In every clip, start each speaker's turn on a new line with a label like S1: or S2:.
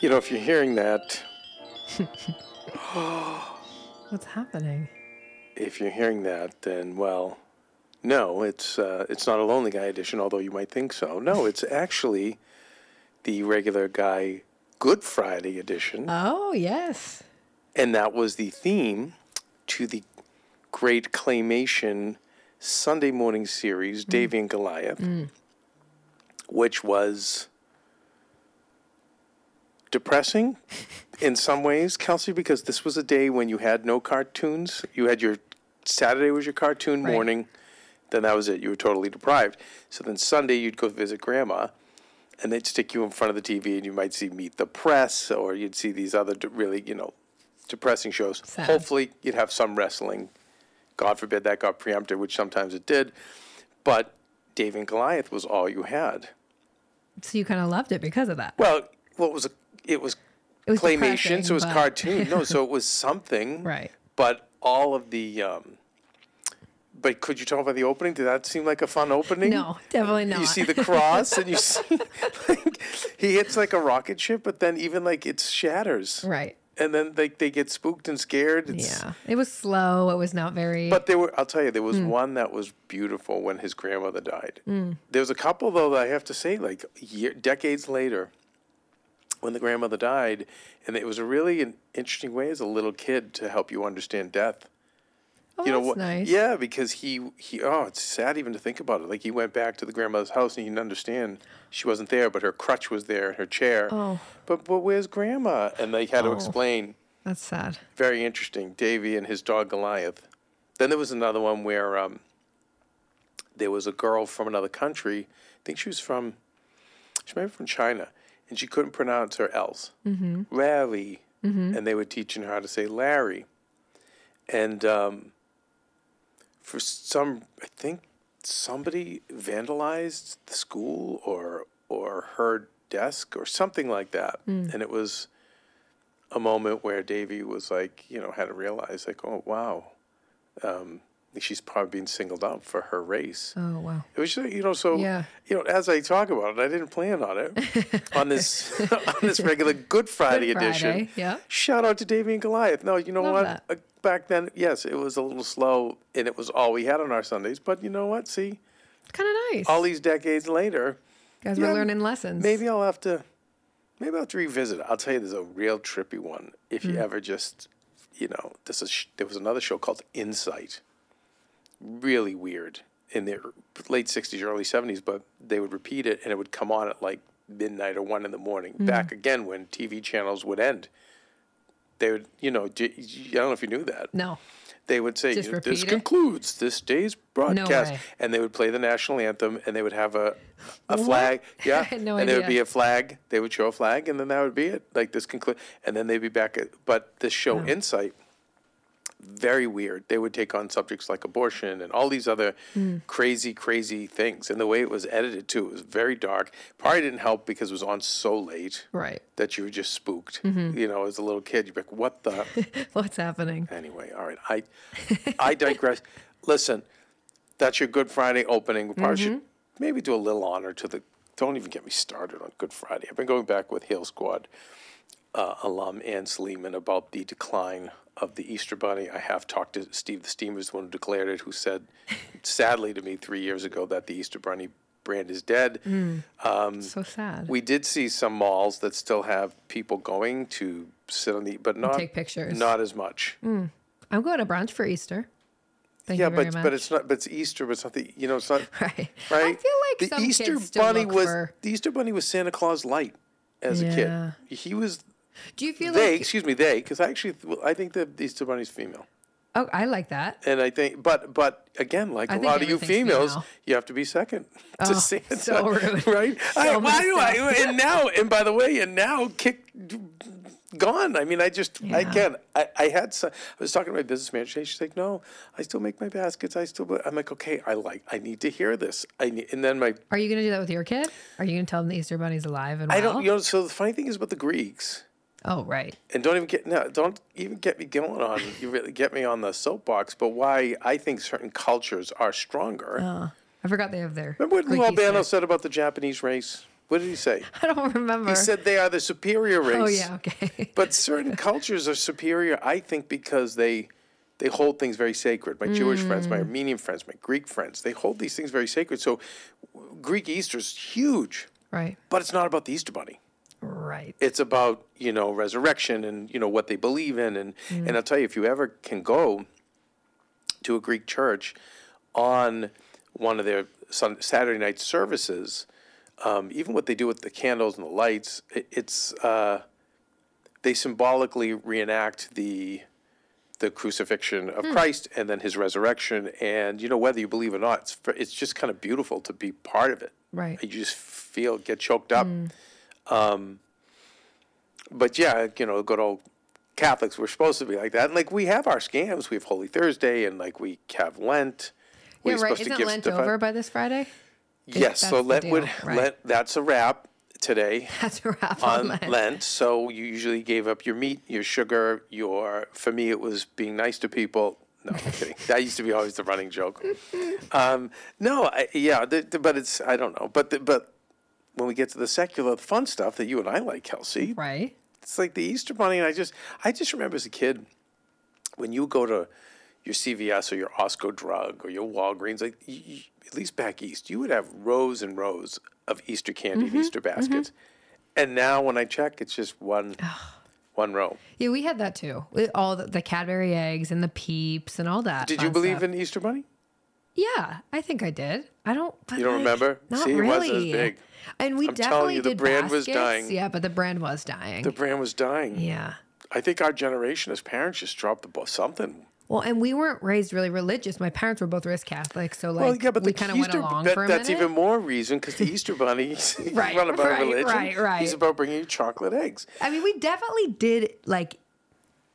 S1: You know, if you're hearing that,
S2: What's happening?
S1: if you're hearing that, then well, no, it's uh, it's not a Lonely Guy edition, although you might think so. No, it's actually the regular guy Good Friday edition,
S2: Oh, yes.
S1: and that was the theme to the great claymation Sunday morning series Davy and Goliath, which was depressing in some ways, Kelsey, because this was a day when you had no cartoons. You had your Saturday was your cartoon
S2: Right.
S1: morning, then that was it. You were totally deprived. So then Sunday you'd go visit grandma, and they'd stick you in front of the TV, and you might see Meet the Press, or you'd see these other de- really you know depressing shows.
S2: Sad.
S1: Hopefully you'd have some wrestling. God forbid that got preempted, which sometimes it did. But Dave and Goliath was all you had.
S2: So you kind of loved it because of that.
S1: Well, what was a, it was
S2: It was
S1: claymation, so it was
S2: depressing, but-
S1: cartoon. No, so it was something.
S2: Right.
S1: But all of the um but could you tell by the opening? Did that seem like a fun opening?
S2: No, definitely not.
S1: You see the cross and you see like, he hits like a rocket ship, but then even like it shatters.
S2: right.
S1: And then like they get spooked and scared. It's,
S2: Yeah. Hmm. It was slow. It was not very.
S1: But there were I'll tell you, there was one that was beautiful when his grandmother died.
S2: Hmm.
S1: There was a couple though that I have to say, like year, decades later, when the grandmother died, and it was a really an interesting way as a little kid to help you understand death.
S2: oh,
S1: you know
S2: that's
S1: what?
S2: nice.
S1: Yeah, because he he. Oh, it's sad even to think about it. Like he went back to the grandmother's house and he didn't understand she wasn't there, but her crutch was there and her chair.
S2: Oh.
S1: But but where's grandma? And they had to explain.
S2: That's sad.
S1: Very interesting. Davy and his dog Goliath. Then there was another one where um, there was a girl from another country. I think she was from, she might be from China, and she couldn't pronounce her L's. Mm-hmm. Larry. And they were teaching her how to say Larry. And um, for some, I think somebody vandalized the school or or her desk or something like that. And it was a moment where Davy was like, you know, had to realize like, oh wow, um, she's probably being singled out for her race.
S2: Oh, wow.
S1: It was just, you know, so
S2: Yeah.
S1: you know, as I talk about it, I didn't plan on it on this on this regular Good Friday,
S2: Good
S1: edition.
S2: Friday, yeah.
S1: Shout out to Davy and Goliath. No, you know
S2: Love
S1: what?
S2: that.
S1: Uh, Back then, yes, it was a little slow, and it was all we had on our Sundays. But you know what? See,
S2: It's kind of nice.
S1: all these decades later,
S2: Guys,
S1: yeah,
S2: we're learning lessons.
S1: maybe I'll have to, maybe I'll have to revisit it. I'll tell you, there's a real trippy one. If you ever just, you know, this is sh- there was another show called Insight. Really weird in the late '60s, early '70s, but they would repeat it, and it would come on at like midnight or one in the morning. Back again when TV channels would end. They would, you know, j- j- I don't know if you knew that
S2: No.
S1: they would say,
S2: Just
S1: you know,
S2: repeat
S1: "This
S2: it?
S1: concludes this day's broadcast,"
S2: way.
S1: and they would play the national anthem, and they would have a a flag. Yeah,
S2: had no
S1: and there would
S2: idea.
S1: be a flag. They would show a flag, and then that would be it. Like this conclude, and then they'd be back. At, but this show insight. Very weird. They would take on subjects like abortion and all these other
S2: Hmm.
S1: crazy, crazy things. And the way it was edited too, it was very dark. Probably didn't help because it was on so late
S2: Right. Mm-hmm.
S1: that you were just spooked. You know, as a little kid, you'd be like, "What the?"
S2: What's happening?
S1: Anyway, all right. I I digress. Listen, that's your Good Friday opening. We probably should
S2: Mm-hmm.
S1: maybe do a little honor to the. Don't even get me started on Good Friday. I've been going back with Hill Squad uh, alum Ann Sleeman about the decline of the Easter Bunny. I have talked to Steve the Steamers, the one who declared it, who said sadly to me three years ago that the Easter Bunny brand is dead.
S2: Mm. so sad.
S1: We did see some malls that still have people going to sit on the, but not
S2: take pictures.
S1: Not as much.
S2: I'm going to brunch for Easter. Thank
S1: yeah,
S2: you very
S1: but
S2: much.
S1: but it's not. But it's Easter. But it's not the. You know, it's not.
S2: right.
S1: Right.
S2: I feel like
S1: the
S2: some
S1: Easter
S2: kids still
S1: Bunny
S2: look
S1: was
S2: for-
S1: the Easter Bunny was Santa Claus light as
S2: Yeah.
S1: a kid. He was
S2: Do you feel
S1: they.
S2: like?
S1: excuse me, they. Because I actually, well, I think the Easter Bunny's female,
S2: Oh, I like that.
S1: and I think, but but again, like
S2: I
S1: a
S2: think
S1: lot of you
S2: everything's
S1: females,
S2: female. Oh,
S1: you have to be second to Santa,
S2: so rude.
S1: right? I, why do
S2: messed
S1: I? And now, and by the way, and now, kick gone. I mean, I just I
S2: Yeah.
S1: again, I, I had some, I was talking to my business manager. She's like, "No, I still make my baskets. I still." I'm like, "Okay, I like. I need to hear this. I need, and then my
S2: Are you going to do that with your kid? Are you going to tell them the Easter Bunny's alive and well?
S1: I don't. You know, so the funny thing is about the Greeks,
S2: oh, right.
S1: and don't even get no, don't even get me going on. You really get me on the soapbox, but why I think certain cultures are stronger.
S2: I forgot they have their.
S1: Remember what Lou
S2: Greek Easter.
S1: Albano said about the Japanese race? What did he say?
S2: I don't remember.
S1: He said they are the superior race.
S2: oh yeah. Okay.
S1: But certain cultures are superior, I think, because they they hold things very sacred. My Jewish friends,
S2: Mm.
S1: my Armenian friends, my Greek friends, they hold these things very sacred. So w- Greek Easter's huge,
S2: right.
S1: but it's not about the Easter bunny.
S2: Right.
S1: It's about, you know, resurrection and, you know, what they believe in and and I'll tell you if you ever can go to a Greek church on one of their sun, Saturday night services, um, even what they do with the candles and the lights, it, it's uh, they symbolically reenact the the crucifixion of Christ and then his resurrection. And you know whether you believe or not, it's fr- it's just kind of beautiful to be part of it.
S2: Right.
S1: you just feel get choked up. Um, but yeah, you know, good old Catholics, we're supposed to be like that. And like we have our scams. We have Holy Thursday, and like we have Lent.
S2: Yeah.
S1: We're
S2: Right.
S1: supposed to
S2: Isn't
S1: give
S2: Lent
S1: stuff out.
S2: over by this Friday?
S1: Yes, so
S2: that's the
S1: Lent would
S2: deal, right.
S1: Lent. That's a wrap today
S2: That's a wrap
S1: on
S2: on
S1: Lent.
S2: Lent.
S1: So you usually gave up your meat, your sugar, your. For me, it was being nice to people. No, I'm kidding. That used to be always the running joke. Um, no, I, yeah, the, the- but it's I don't know, but the, but when we get to the secular fun stuff that you and I like, Kelsey,
S2: Right.
S1: it's like the Easter Bunny, and I just I just remember as a kid when you go to your CVS or your Osco drug or your Walgreens, like y y at least back east, you would have rows and rows of Easter candy
S2: Mm-hmm.
S1: and Easter baskets. And now when I check, it's just one one row.
S2: Yeah, we had that too. With all the, the Cadbury eggs and the peeps and all that.
S1: Did you
S2: fun
S1: believe
S2: stuff.
S1: in Easter Bunny?
S2: Yeah, I think I did. I don't. but,
S1: You don't
S2: like,
S1: remember?
S2: Not
S1: See, it
S2: really.
S1: wasn't as big.
S2: And we
S1: I'm telling
S2: definitely
S1: you, the
S2: did
S1: brand was
S2: baskets.
S1: dying.
S2: Yeah, but the brand was dying.
S1: The brand was dying.
S2: yeah.
S1: I think our generation as parents just dropped the ball something.
S2: Well, and we weren't raised really religious. My parents were both raised Catholic, so like
S1: Well, yeah, but
S2: we
S1: the
S2: kind of went
S1: Easter
S2: along
S1: that-
S2: for a
S1: that's
S2: minute.
S1: even more reason because the Easter Bunny, he's
S2: Right,
S1: not about
S2: right,
S1: religion.
S2: right, right.
S1: He's about bringing you chocolate eggs.
S2: I mean, we definitely did like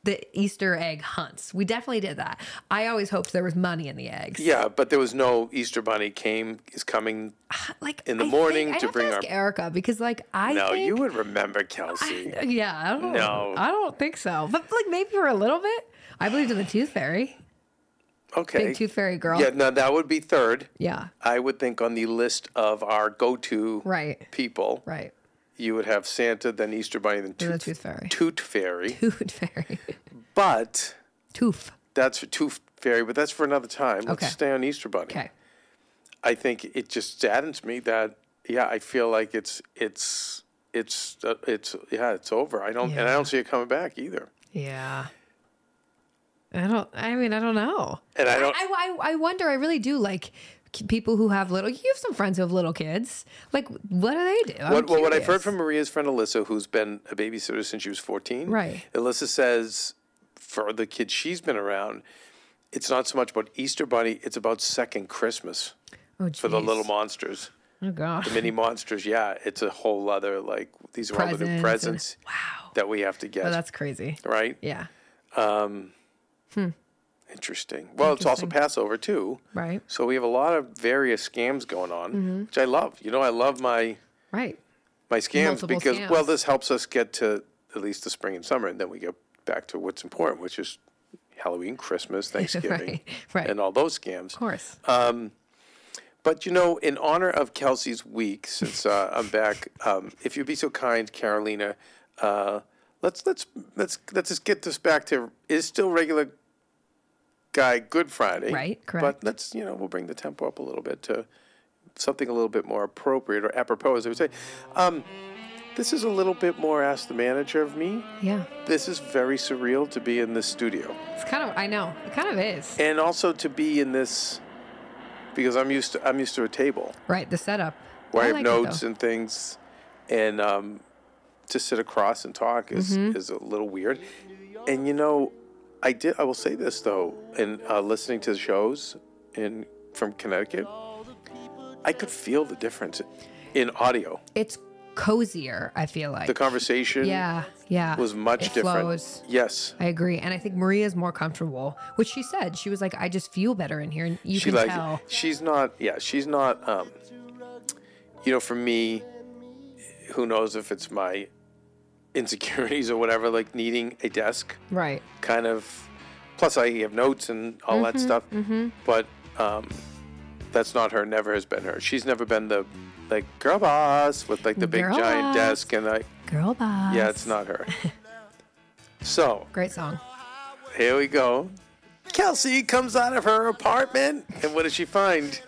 S2: the Easter egg hunts. We definitely did that. I always hoped there was money in the eggs.
S1: Yeah, but there was no Easter Bunny came is coming.
S2: Like
S1: In the
S2: I think-
S1: morning
S2: I'd
S1: to
S2: have
S1: bring
S2: to
S1: our-
S2: ask Erica because like I
S1: No,
S2: think
S1: you would remember Kelsey.
S2: Yeah, I don't
S1: No.
S2: I don't think so. But like maybe for a little bit. I believed in the tooth fairy.
S1: Okay.
S2: Big tooth fairy girl.
S1: Yeah,
S2: Yeah.
S1: no, that would be third. I would think on the list of our go-to
S2: Right.
S1: people,
S2: Right.
S1: you would have Santa, then Easter Bunny, then
S2: Then the
S1: Tooth,
S2: tooth fairy.
S1: Toot Fairy.
S2: Tooth fairy.
S1: But
S2: Tooth.
S1: that's for Tooth Fairy, but that's for another time. Let's
S2: Okay.
S1: stay on Easter Bunny.
S2: Okay.
S1: I think it just saddens me that yeah, I feel like it's it's it's uh, it's yeah, it's over. I don't and I
S2: Yeah.
S1: don't see it coming back either.
S2: Yeah. I don't I mean, I don't know.
S1: And I don't
S2: I, I, I wonder, I really do like k- people who have little you have some friends who have little kids. Like what do they do? I'm
S1: what, well, what I've heard
S2: curious.
S1: from Maria's friend Alyssa, who's been a babysitter since she was 14.
S2: Right.
S1: Alyssa says, for the kids she's been around, it's not so much about Easter Bunny, it's about second Christmas
S2: Oh,
S1: for the
S2: jeez.
S1: little monsters.
S2: Oh gosh.
S1: Mini monsters, yeah. It's a whole other like these are all the new
S2: Presents and-
S1: presents
S2: wow.
S1: that we have to get.
S2: Oh, that's crazy.
S1: right?
S2: Yeah.
S1: Interesting. Well, it's also Passover too.
S2: Right.
S1: So we have a lot of various scams going on,
S2: Mm-hmm.
S1: which I love. You know, I love my
S2: Right.
S1: my scams
S2: Multiple
S1: because well,
S2: scams.
S1: this helps us get to at least the spring and summer, and then we get back to what's important, which is Halloween, Christmas, Thanksgiving,
S2: Right, right.
S1: and all those scams.
S2: Of course.
S1: Uh, But you know, in honor of Kelsey's week, since uh, I'm back, um, if you'd be so kind, Carolina, uh, let's let's let's let's just get this back to is still regular guy Good Friday,
S2: Right,
S1: But
S2: correct.
S1: let's you know we'll bring the tempo up a little bit to something a little bit more appropriate or apropos, as I would say. Um, this is a little bit more ask the manager of me.
S2: yeah.
S1: This is very surreal to be in this studio
S2: It's kind of. I know. It kind of is.
S1: and also to be in this because I'm used to I'm used to a table.
S2: right. The setup.
S1: where I, have
S2: like it, though.
S1: notes and things, and um, to sit across and talk is
S2: Mm-hmm.
S1: is a little weird. And you know, I did. I will say this though, in uh, listening to the shows in from Connecticut, I could feel the difference in audio.
S2: It's cozier. I feel like.
S1: The conversation
S2: yeah. Yeah.
S1: was much
S2: it
S1: different.
S2: Flows.
S1: Yes,
S2: I agree, and I think Maria's more comfortable, which she said she was like, "I just feel better in here." And you
S1: she
S2: can
S1: like
S2: tell.
S1: she's not. Yeah, she's not. Um, you know, for me, who knows if it's my insecurities or whatever, like needing a desk.
S2: Right.
S1: kind of plus i have notes and all that
S2: Mm-hmm,
S1: stuff but um, that's not her never has been her she's never been the like girl boss with like the big
S2: Girl
S1: giant
S2: boss.
S1: desk and i
S2: Girl boss.
S1: yeah it's not her so
S2: Great song.
S1: here we go kelsey comes out of her apartment and what does she find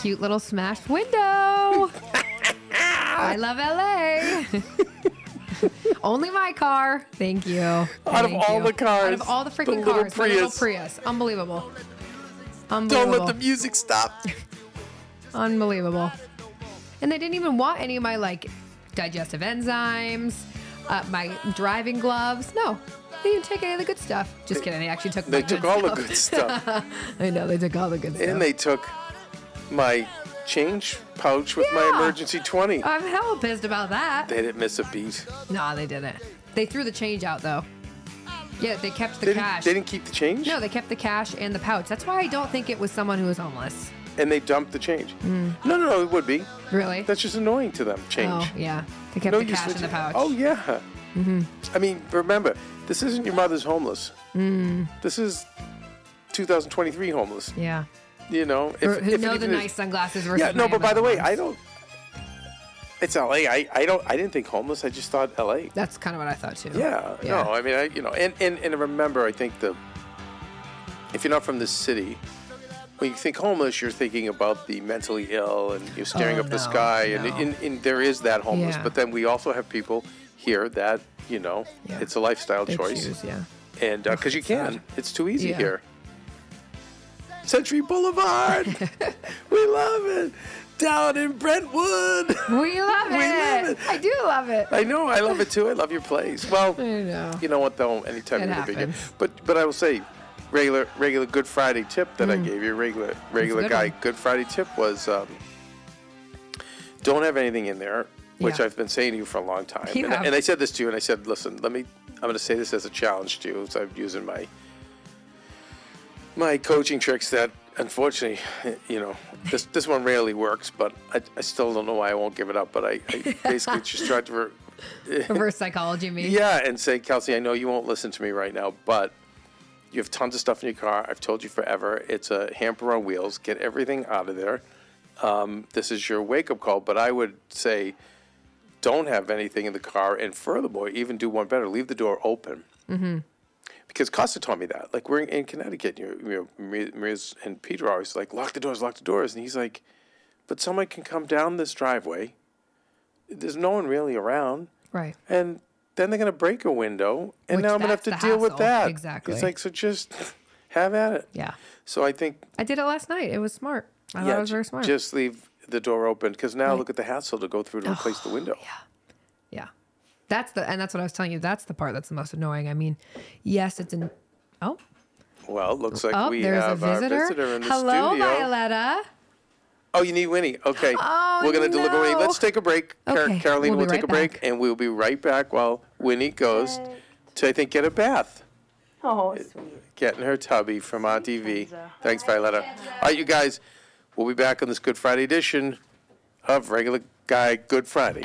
S2: Cute little smashed window. I love LA. Only my car. Thank you. Out
S1: of all the cars,
S2: Out of all the
S1: the
S2: freaking
S1: little
S2: cars. The little
S1: Prius.
S2: Prius. Unbelievable.
S1: don't
S2: Unbelievable.
S1: let the music stop
S2: Unbelievable. And they didn't even want any of my like digestive enzymes, uh, my driving gloves. No. They didn't take any of the good stuff. Just kidding. They actually took
S1: they
S2: my
S1: took
S2: good
S1: all the
S2: stuff.
S1: good stuff
S2: I know they took all the good stuff.
S1: and they took my change pouch with my
S2: Yeah. Uh
S1: emergency 20
S2: I'm hella pissed about that.
S1: they didn't miss a beat
S2: Nah, they didn't. They threw the change out though. Yeah, they kept the
S1: they didn't,
S2: cash.
S1: they didn't keep the change
S2: no, they kept the cash and the pouch. That's why I don't think it was someone who was homeless.
S1: and they dumped the change.
S2: Mm.
S1: No, no, no, it would be.
S2: Really?
S1: That's just annoying to them. Change.
S2: oh, yeah. They kept
S1: No
S2: the
S1: use
S2: cash
S1: for
S2: in the
S1: change.
S2: pouch. Mm-hmm.
S1: Oh yeah. I mean, remember, this isn't your mother's homeless.
S2: Mm.
S1: This is 2023 homeless.
S2: yeah.
S1: You know,
S2: Or who
S1: it
S2: know the
S1: even is-
S2: nice sunglasses versus
S1: Yeah, no,
S2: my
S1: but by the way,
S2: Amazon
S1: I
S2: ones.
S1: don't. It's L.A. I, I don't. I didn't think homeless. I just thought L.A.
S2: That's kind of what I thought too.
S1: Yeah,
S2: Yeah.
S1: No, I mean, I you know, and and and remember, I think the if you're not from this city, when you think homeless, you're thinking about the mentally ill and you're staring
S2: Oh,
S1: up the
S2: no,
S1: sky, and,
S2: no.
S1: and and there is that homeless.
S2: Yeah.
S1: But then we also have people here that you know,
S2: Yeah.
S1: it's a lifestyle
S2: They
S1: choice,
S2: choose, yeah.
S1: and because you can,
S2: sad.
S1: it's too easy
S2: Yeah.
S1: here. Century Boulevard, we love it. Down in Brentwood,
S2: We
S1: We
S2: love it.
S1: love it.
S2: I do love it.
S1: I know, I love it too. I love your place. Well,
S2: I know.
S1: you know what though? Anytime
S2: It
S1: you're in a big game.
S2: happens.
S1: But but I will say, regular regular Good Friday tip that I gave you, regular regular
S2: Hmm. good
S1: guy
S2: one.
S1: Good Friday tip was um, don't have anything in there, which
S2: Yeah.
S1: I've been saying to you for a long time.
S2: You
S1: And, I,
S2: have.
S1: and I said this to you, and I said, listen, let me. I'm going to say this as a challenge to you. So I'm using my my coaching tricks that. Unfortunately, you know this this one rarely works, but I, I still don't know why I won't give it up. But I, I basically just tried to re-
S2: Reverse psychology, me.
S1: yeah, and say, Kelsey, I know you won't listen to me right now, but you have tons of stuff in your car. I've told you forever. It's a hamper on wheels. Get everything out of there. Um, this is your wake up call. But I would say, don't have anything in the car. And furthermore, even do one better leave the door open. Mm-hmm. Because Costa taught me that. Like, we're in, in Connecticut, you know, you know, Maria- Maria's and Peter are always like, lock the doors, lock the doors. And he's like, but someone can come down this driveway. There's no one really around
S2: Right.
S1: and then they're going to break a window, and
S2: Which
S1: now I'm going to have
S2: that's
S1: to deal
S2: the
S1: with
S2: hassle.
S1: that.
S2: Exactly.
S1: It's like so just have at it.
S2: Yeah.
S1: So I think
S2: I did it last night. It was smart. I thought
S1: yeah,
S2: it was
S1: ju-
S2: very smart.
S1: just leave the door open because now look at the hassle to go through to replace
S2: Oh,
S1: the window.
S2: Yeah. That's the and that's what I was telling you. That's the part that's the most annoying. I mean, yes, it's an oh.
S1: Well, it looks like
S2: Oh,
S1: we
S2: there's a
S1: have our
S2: visitor.
S1: visitor in the
S2: Hello,
S1: studio.
S2: Violetta.
S1: Oh, you need Winnie. Okay.
S2: Oh,
S1: We're going to deliver Winnie.
S2: no.
S1: Let's take a break. Car-
S2: Okay,
S1: Caroline
S2: we'll
S1: will
S2: be
S1: take
S2: right
S1: a break,
S2: back.
S1: and we'll be right back while Winnie goes to, I think, get a bath.
S3: Oh, sweet.
S1: Getting her tubby from Auntie V. Thanks, Violetta. All right, you guys. We'll be back on this Good Friday edition of Regular Guy Good Friday.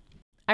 S4: I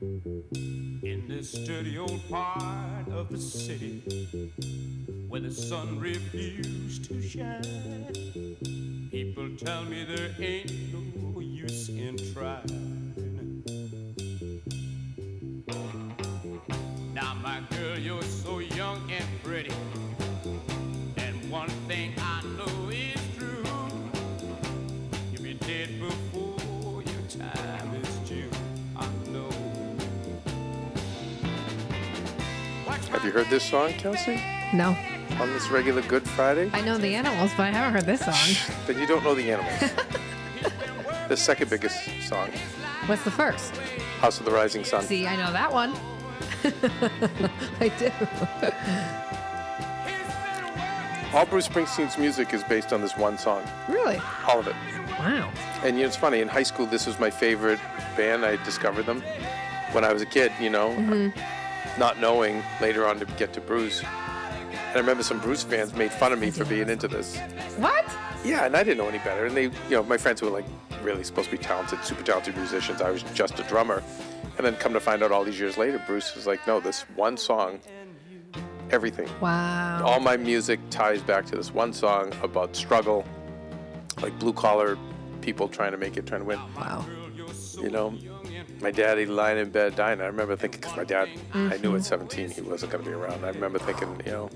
S5: In this dirty old part of the city where the sun refused to shine, people tell me there ain't no use in trying. Now, my girl, you're so young and pretty, and one thing I know is true you'll be dead before your time is due. I know.
S1: Have you heard this song, Kelsey?
S2: No,
S1: On this regular Good Friday?
S2: I know the animals, but I haven't heard this song.
S1: Then you don't know the animals. the second biggest song,
S2: What's the first?
S1: House of the Rising Sun.
S2: See, I know that one. I do.
S1: All Bruce Springsteen's music is based on this one song,
S2: Really?
S1: all of it.
S2: Wow.
S1: And you know, it's funny. In high school, this was my favorite band. I discovered them when I was a kid. You know, not knowing later on to get to Bruce. And I remember some Bruce fans made fun of me for being into this.
S2: What?
S1: Yeah, and I didn't know any better. And they, you know, my friends who were like really supposed to be talented, super talented musicians. I was just a drummer. And then come to find out all these years later, Bruce was like, no, this one song, everything.
S2: Wow.
S1: All my music ties back to this one song about struggle, like blue collar people trying to make it, trying to win.
S2: Wow.
S1: You know, my daddy lying in bed dying. I remember thinking, because my dad, I knew at 17 he wasn't going to be around. I remember thinking, you know,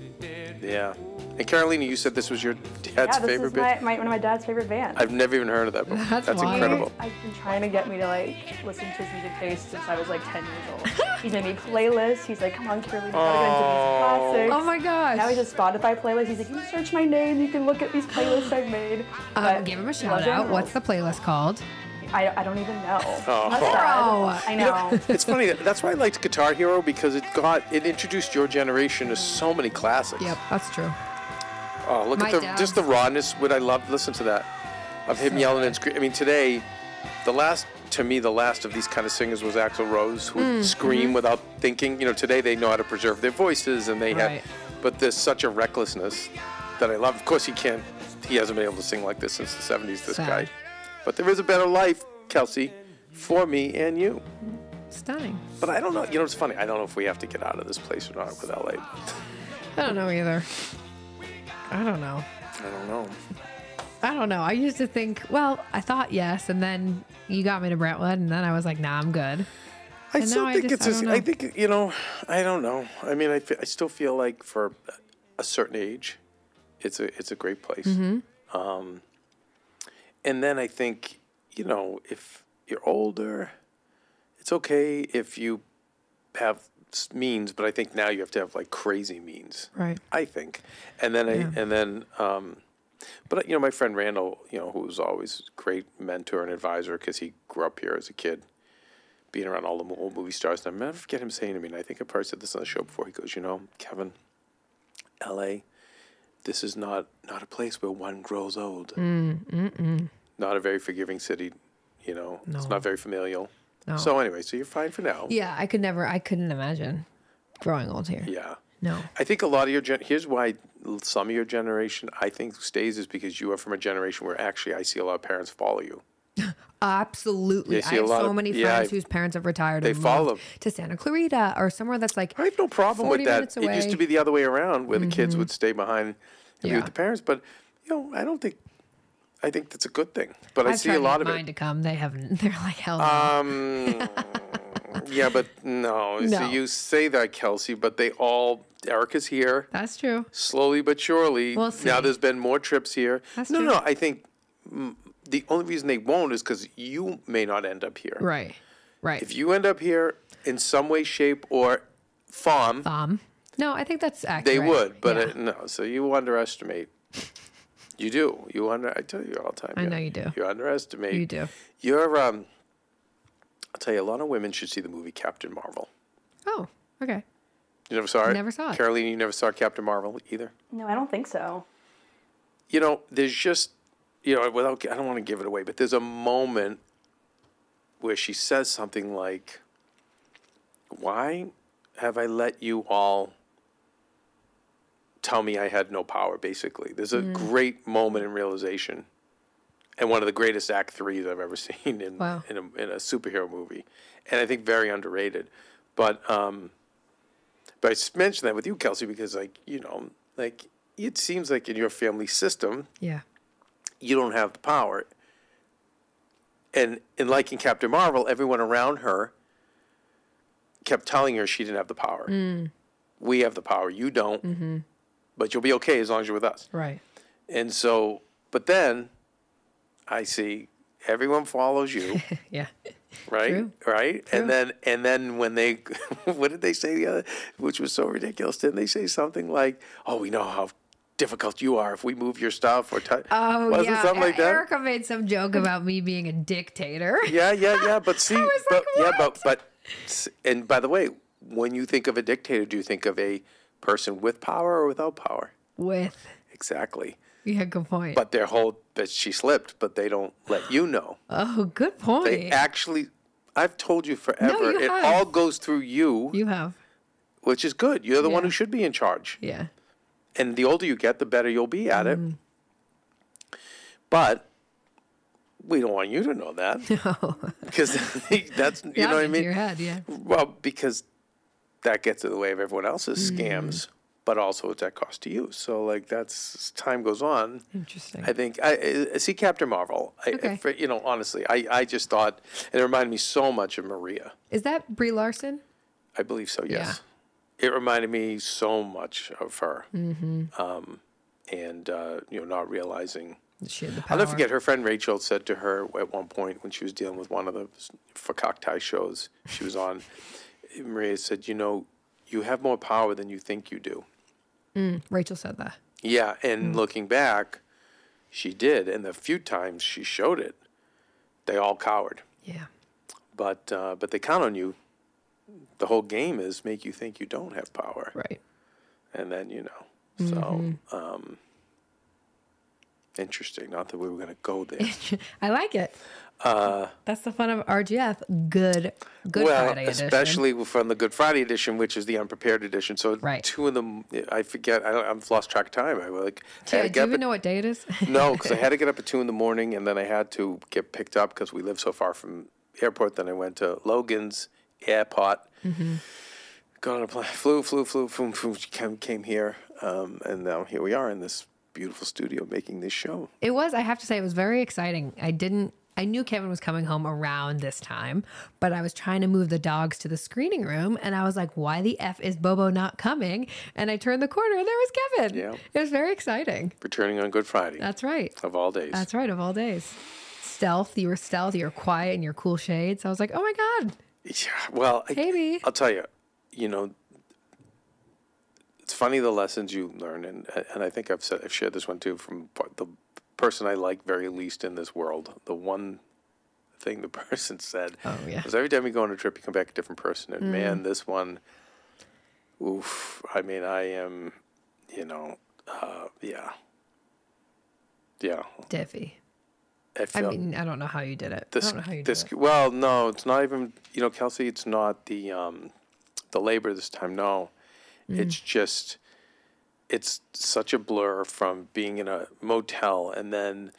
S1: yeah. And Carolina, you said this was your dad's
S3: yeah, this
S1: favorite
S3: is
S1: band.
S3: my, my, one of my dad's favorite bands.
S1: I've never even heard of that before.
S2: That's wild.
S1: incredible.
S3: I've been trying to get me to like listen to his music taste since I was like 10 years old. He's made me playlists. He's like, come on, Carolyn, you gotta go into these classics.
S2: Oh my gosh.
S3: Now he does Spotify playlists. He's like, you can search my name. You can look at these playlists I've made.
S2: um,
S3: But
S2: give him a
S3: Love
S2: shout
S3: Jane
S2: out.
S3: Rules.
S2: What's the playlist called?
S3: I, I don't even know.
S1: Oh.
S3: That's sad.
S2: Bro.
S3: I know.
S1: It's funny. that- That's why I liked Guitar Hero because it got it introduced your generation to so many classics.
S2: Yep, that's true.
S1: Oh, look
S2: My
S1: at the
S2: dad's-
S1: just the rawness. Would I love listen to that of him yelling and screaming? I mean, today, the last to me, the last of these kind of singers was Axl Rose, who
S2: Mm,
S1: would
S2: mm-hmm.
S1: scream without thinking. You know, today they know how to preserve their voices and they
S2: Right.
S1: have, but there's such a recklessness that I love. Of course, he can't. He hasn't been able to sing like this since the '70s. This
S2: Sad.
S1: guy, but there is a better life, Kelsey, for me and you.
S2: Stunning.
S1: But I don't know. You know, it's funny. I don't know if we have to get out of this place or not with LA.
S2: I don't know either. I don't know.
S1: I don't know.
S2: I don't know. I used to think, well, I thought yes, and then you got me to Brentwood, and then I was like, nah, I'm good.
S1: I
S2: And
S1: still
S2: now I
S1: think
S2: just-
S1: it's
S2: I
S1: just,
S2: don't
S1: I
S2: know.
S1: think, you know, I don't know. I mean, I, fe- I still feel like for a certain age, it's a, it's a great place. Um,
S2: Mm-hmm.
S1: and then I think, you know, if you're older, it's okay if you have s- means, but I think now you have to have like crazy means.
S2: Right.
S1: I think. And then I and then um but you know my friend Randall, you know, who was always a great mentor and advisor cuz he grew up here as a kid being around all the mo- old movie stars and I never forget him saying to me and I think I probably said this on the show before he goes, "You know, Kevin, LA this is not not a place where one grows old."
S2: Mm,
S1: Not a very forgiving city, you know. It's
S2: No.
S1: not very familial.
S2: No.
S1: So anyway, so you're fine for now.
S2: Yeah, I could never, I couldn't imagine growing old here.
S1: yeah.
S2: No.
S1: I think a lot of your gen- here's why some of your generation I think stays is because you are from a generation where actually I see a lot of parents follow you.
S2: Absolutely.
S1: You
S2: I
S1: see a
S2: have
S1: lot
S2: so
S1: of-
S2: many
S1: yeah,
S2: friends
S1: I-
S2: whose parents have retired.
S1: they
S2: and moved
S1: follow.
S2: to Santa Clarita or somewhere that's like
S1: I have no problem with
S2: 40
S1: that.
S2: minutes
S1: It used
S2: away. Mm-hmm.
S1: to be the other way around where the kids would stay behind and be
S2: Yeah.
S1: with the parents, but you know I don't think I think that's a good thing. But i
S2: I've
S1: see
S2: tried
S1: a
S2: to
S1: lot
S2: get
S1: of
S2: mine
S1: it.
S2: to come. They haven't. They're like hell. No.
S1: Um, yeah, but no. So
S2: No.
S1: you say that, Kelsey, but they all Erica's here.
S2: that's true.
S1: slowly but surely.
S2: We'll
S1: Now
S2: see.
S1: there's been more trips here.
S2: That's
S1: no,
S2: true.
S1: no, I think mm, the only reason they won't is because you may not end up here.
S2: Right. Right.
S1: If you end up here in some way, shape, or form,
S2: um. No, I think that's accurate.
S1: they would. But
S2: Yeah.
S1: uh no, so you underestimate. You do. You under. I tell you all the time.
S2: I know you do.
S1: You underestimate.
S2: You do.
S1: You're. Um, I'll tell you, a lot of women should see the movie Captain Marvel.
S2: oh, okay.
S1: You never saw it.
S2: Never saw it.
S1: Caroline, you never saw Captain Marvel either.
S3: No, I don't think so.
S1: you know, there's just, you know, without, I don't want to give it away, but there's a moment where she says something like, Why have I let you all tell me I had no power, basically? There's a great moment in realization and one of the greatest act threes I've ever seen in,
S2: Wow.
S1: in, a, in a superhero movie. And I think very underrated. But, um, but I s- mentioned that with you, Kelsey, because like you know, like it seems like in your family system,
S2: Yeah.
S1: you don't have the power. And and like in Captain Marvel, everyone around her kept telling her she didn't have the power.
S2: Mm.
S1: We have the power. You don't.
S2: Mm-hmm.
S1: But you'll be okay as long as you're with us.
S2: Right.
S1: And so, but then I see everyone follows you.
S2: Yeah.
S1: right
S2: True.
S1: right and then and then when they what did they say the other which was so ridiculous didn't they say something like oh we know how difficult you are if we move your stuff or t-.
S2: Oh
S1: wasn't
S2: yeah.
S1: something
S2: E-
S1: like that
S2: Erica made some joke about me being a dictator.
S1: yeah yeah yeah but see
S2: was
S1: but
S2: like,
S1: yeah but but s- and by the way when you think of a dictator do you think of a person with power or without power
S2: With
S1: exactly
S2: yeah, good point.
S1: but their whole that she slipped but they don't let you know
S2: oh, good point.
S1: they actually I've told you forever.
S2: you
S1: it
S2: have.
S1: all goes through you.
S2: you have.
S1: which is good. You're the one
S2: Yeah.
S1: who should be in charge.
S2: Yeah.
S1: And the older you get, the better you'll be at it.
S2: Mm.
S1: But we don't want you to know that. Because that's, you
S2: That
S1: know what I
S2: into
S1: mean?
S2: Your head. Yeah.
S1: Well, because that gets in the way of everyone else's scams. but also it's at cost to you. So like that's as time goes on.
S2: Interesting.
S1: I think I, I see Captain Marvel. I,
S2: Mm. Okay.
S1: for- you know, honestly, I, I just thought and it reminded me so much of Maria.
S2: Is that Brie Larson?
S1: I believe so. Yes, it reminded me so much of her. Mm-hmm. Um, and uh, you know, not realizing.
S2: She had the
S1: I'll never
S2: power.
S1: forget her friend Rachel said to her at one point when she was dealing with one of the for cocktail shows she was on. Maria said, "You know, you have more power than you think you do."
S2: Rachel said that.
S1: Yeah,
S2: Hmm.
S1: and looking back, she did, and the few times she showed it, they all cowered.
S2: Yeah.
S1: But uh, but they count on you. The whole game is make you think you don't have power,
S2: Right. Mm-hmm.
S1: and then you know. So um, interesting. Not that we were going to go there.
S2: I like it. That's the fun of RGF. Good, good
S1: Uh, well,
S2: Friday edition.
S1: especially from the Good Friday edition, which is the unprepared edition. So
S2: Right.
S1: two of them, I forget. I don't, I've lost track of time. I like. I had
S2: Yeah,
S1: to
S2: do
S1: get
S2: you
S1: up
S2: even
S1: at-
S2: know what day it is?
S1: No, because I had to get up at two in the morning, and then I had to get picked up because we live so far from airport. Then I went to Logan's airport,
S2: Mm-hmm.
S1: got on a plane, flew, flew, flew, flew, flew came, came here, um, and now here we are in this beautiful studio making this show.
S2: It was, I have to say, it was very exciting. I didn't, I knew Kevin was coming home around this time, but I was trying to move the dogs to the screening room and I was like, why the F is Bobo not coming? And I turned the corner and there was Kevin.
S1: Yeah.
S2: It was very exciting.
S1: Returning on Good Friday
S2: That's right.
S1: of all days.
S2: That's right, of all days. Stealth, you were stealth, you were quiet in your cool shades. I was like, oh my God.
S1: Yeah, well, I,
S2: Maybe.
S1: I'll tell you, you know, it's funny the lessons you learn, and and I think I've said I've shared this one too from par- the person I like very least in this world. The one thing the person said
S2: Oh, yeah. Mm-hmm.
S1: was every time you go on a trip, you come back a different person, and man, this one, oof. I mean, I am, you know, uh, yeah, yeah.
S2: Diffy.
S1: I
S2: I
S1: feel
S2: mean, I don't know how you did it.
S1: this,
S2: I don't know how you
S1: this,
S2: did it.
S1: Well, no, it's not even. You know, Kelsey, it's not the um, the labor this time. No,
S2: Mm.
S1: it's just it's such a blur from being in a motel and then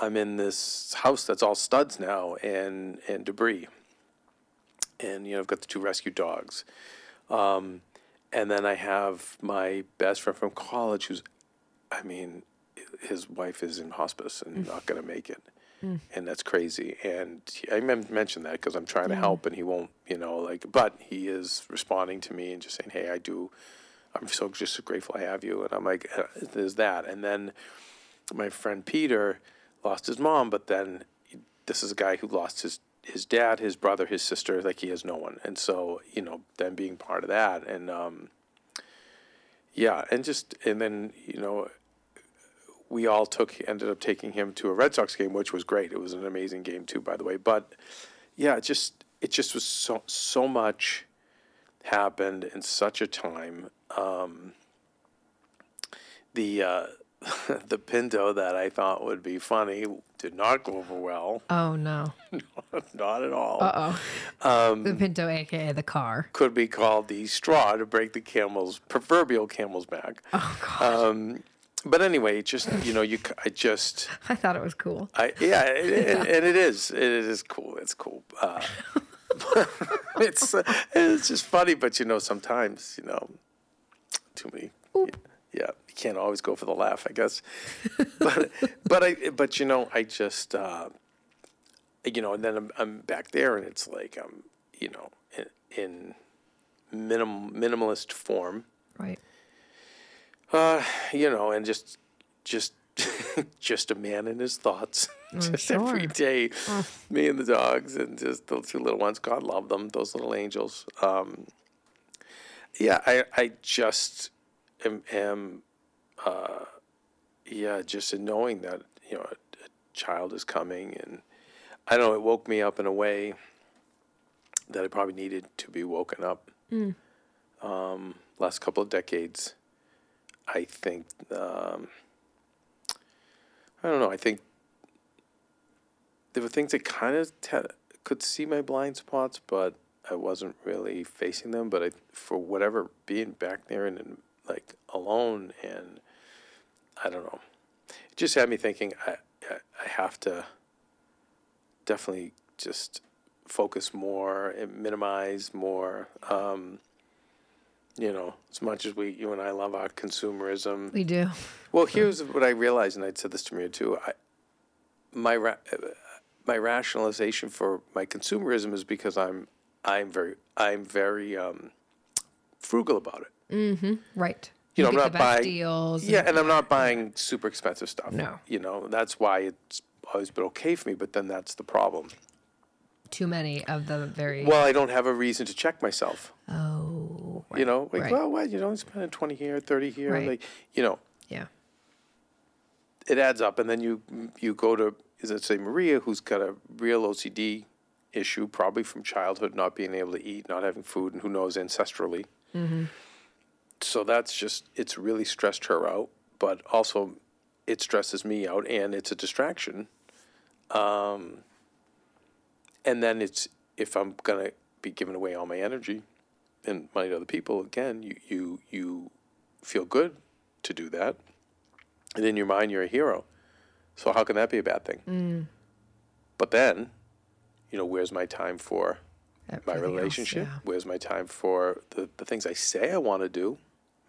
S1: I'm in this house that's all studs now and and debris, and you know I've got the two rescue dogs, um, and then I have my best friend from college who's, I mean, his wife is in hospice and not going to make it. And that's crazy. And he- I men- mentioned that because I'm trying to help, and he won't, you know, like. But he is responding to me and just saying, "Hey, I do. I'm so just so grateful I have you." And I'm like, uh, "There's that." And then my friend Peter lost his mom, but then he- this is a guy who lost his his dad, his brother, his sister. Like he has no one, and so you know, then being part of that, and um, yeah, and just and then you know, we all took ended up taking him to a Red Sox game, which was great. It was an amazing game too, by the way. But yeah, it just it just was so so much happened in such a time. Um, the uh, the Pinto that I thought would be funny did not go over well,
S2: Oh no.
S1: not at all.
S2: Uh oh.
S1: Um,
S2: the Pinto, aka the car.
S1: Could be called the straw to break the camel's proverbial camel's back. Um,
S2: Oh god.
S1: But anyway, it just you know you c- I just.
S2: I thought it was cool.
S1: I yeah, it, it, and it is. It is cool. It's cool. Uh, it's uh, it's just funny, but you know, sometimes you know, too many. Yeah, you can't always go for the laugh, I guess. But but I but you know, I just uh, you know, and then I'm I'm back there, and it's like I'm you know in, in minim, minimalist form
S2: Right.
S1: Uh, you know, and just just just a man in his thoughts, just every
S2: sure.
S1: day. Me and the dogs, and just the two little ones. God love them, those little angels. Um, yeah, I I just am, am uh, yeah, just in knowing that you know a, a child is coming, and I don't know it woke me up in a way that I probably needed to be woken up. Um, last couple of decades. I think um, I don't know. I think there were things that kind of te- could see my blind spots, but I wasn't really facing them. But I, for whatever, being back there and, and like alone, and I don't know, it just had me thinking. I I, I have to definitely just focus more and minimize more. Um, you know, as much as we, you and I love our consumerism,
S2: We do.
S1: Well, here's what I realized, and I'd said this to Maria too. I, my ra- uh, my rationalization for my consumerism is because I'm I'm very I'm very um, frugal about it.
S2: Right.
S1: You know, I'm
S2: get
S1: not
S2: the best
S1: buying
S2: deals. and-
S1: Yeah, and I'm not buying super expensive stuff.
S2: No.
S1: you know that's why it's always been okay for me. But then that's the problem.
S2: too many of the very
S1: Well, I don't have a reason to check myself.
S2: oh
S1: you know, like
S2: right.
S1: well, what you know, I'm spending twenty here, thirty here,
S2: Right.
S1: like you know.
S2: yeah
S1: it adds up, and then you you go to is it say Maria, who's got a real OCD issue, probably from childhood, not being able to eat, not having food, and who knows ancestrally. So that's just it's really stressed her out, but also it stresses me out, and it's a distraction. Um, and then it's if I'm gonna be giving away all my energy and money to other people again, you you you feel good to do that and in your mind you're a hero. So how can that be a bad thing?
S2: Mm.
S1: But then, you know, where's my time for my
S2: Everything else,
S1: relationship?
S2: yeah.
S1: Where's my time for the, the things I say I want to do?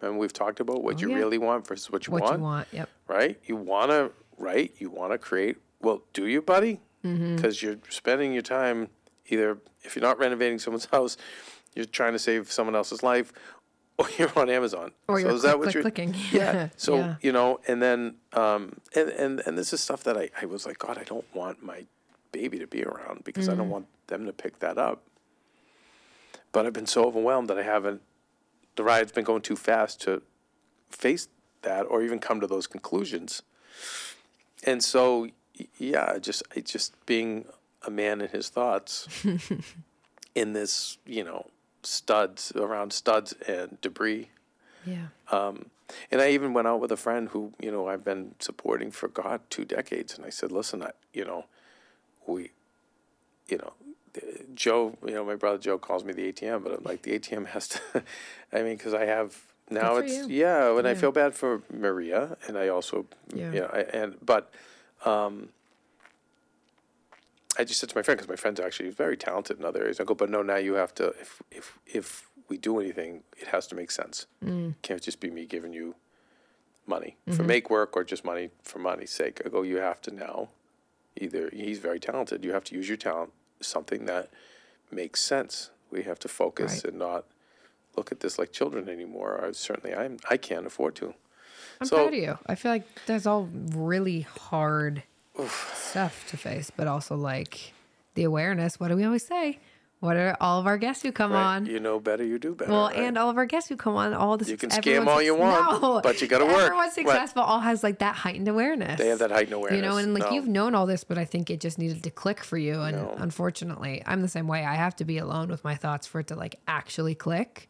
S1: Remember we've talked about what you
S2: Oh, yeah.
S1: really want versus what you
S2: what
S1: want,
S2: you want yep
S1: right? You want to write, you want to create. Well, do you, buddy?
S2: Mm-hmm.
S1: Because you're spending your time either if you're not renovating someone's house, you're trying to save someone else's life, or you're on Amazon.
S2: or
S1: so
S2: you're
S1: is that
S2: click,
S1: what
S2: click,
S1: you're
S2: clicking
S1: yeah. So
S2: yeah.
S1: you know, and then um, and and and this is stuff that I, I was like, God, I don't want my baby to be around because I don't want them to pick that up. But I've been so overwhelmed that I haven't. The ride's been going too fast to face that or even come to those conclusions. And so, y- yeah, just I just being a man in his thoughts in this, you know, studs around studs and debris.
S2: yeah
S1: And I even went out with a friend who, you know, I've been supporting for God two decades, and I said, "Listen, I, you know, we, you know, uh, Joe, you know, my brother Joe calls me the ATM, but I'm like the ATM has to. I mean, because I have now
S2: for
S1: it's
S2: you.
S1: yeah, and I feel bad for Maria, and I also,
S2: Yeah.
S1: yeah, you know, I, and but, um, I just said to my friend because my friend's actually very talented in other areas. I go, but no, now you have to if if if we do anything, it has to make sense. Can't just be me giving you money for make work or just money for money's sake. I go, you have to now either he's very talented, you have to use your talent, something that makes sense. We have to focus
S2: Right.
S1: and not look at this like children anymore. I certainly I'm I can't afford to.
S2: i'm
S1: so
S2: proud of you i feel like that's all really hard stuff to face but also like the awareness what do we always say what are all of our guests who come
S1: right,
S2: on
S1: you know better, you do better.
S2: Well,
S1: right?
S2: and all of our guests who come on, all this
S1: You can
S2: everyone's
S1: scam all you
S2: suc-
S1: want,
S2: No.
S1: but you gotta work.
S2: Everyone
S1: What?
S2: successful all has like that heightened awareness.
S1: They have that heightened
S2: You know,
S1: awareness.
S2: and like
S1: No.
S2: you've known all this, but I think it just needed to click for you. And unfortunately, I'm the same way. I have to be alone with my thoughts for it to like actually click.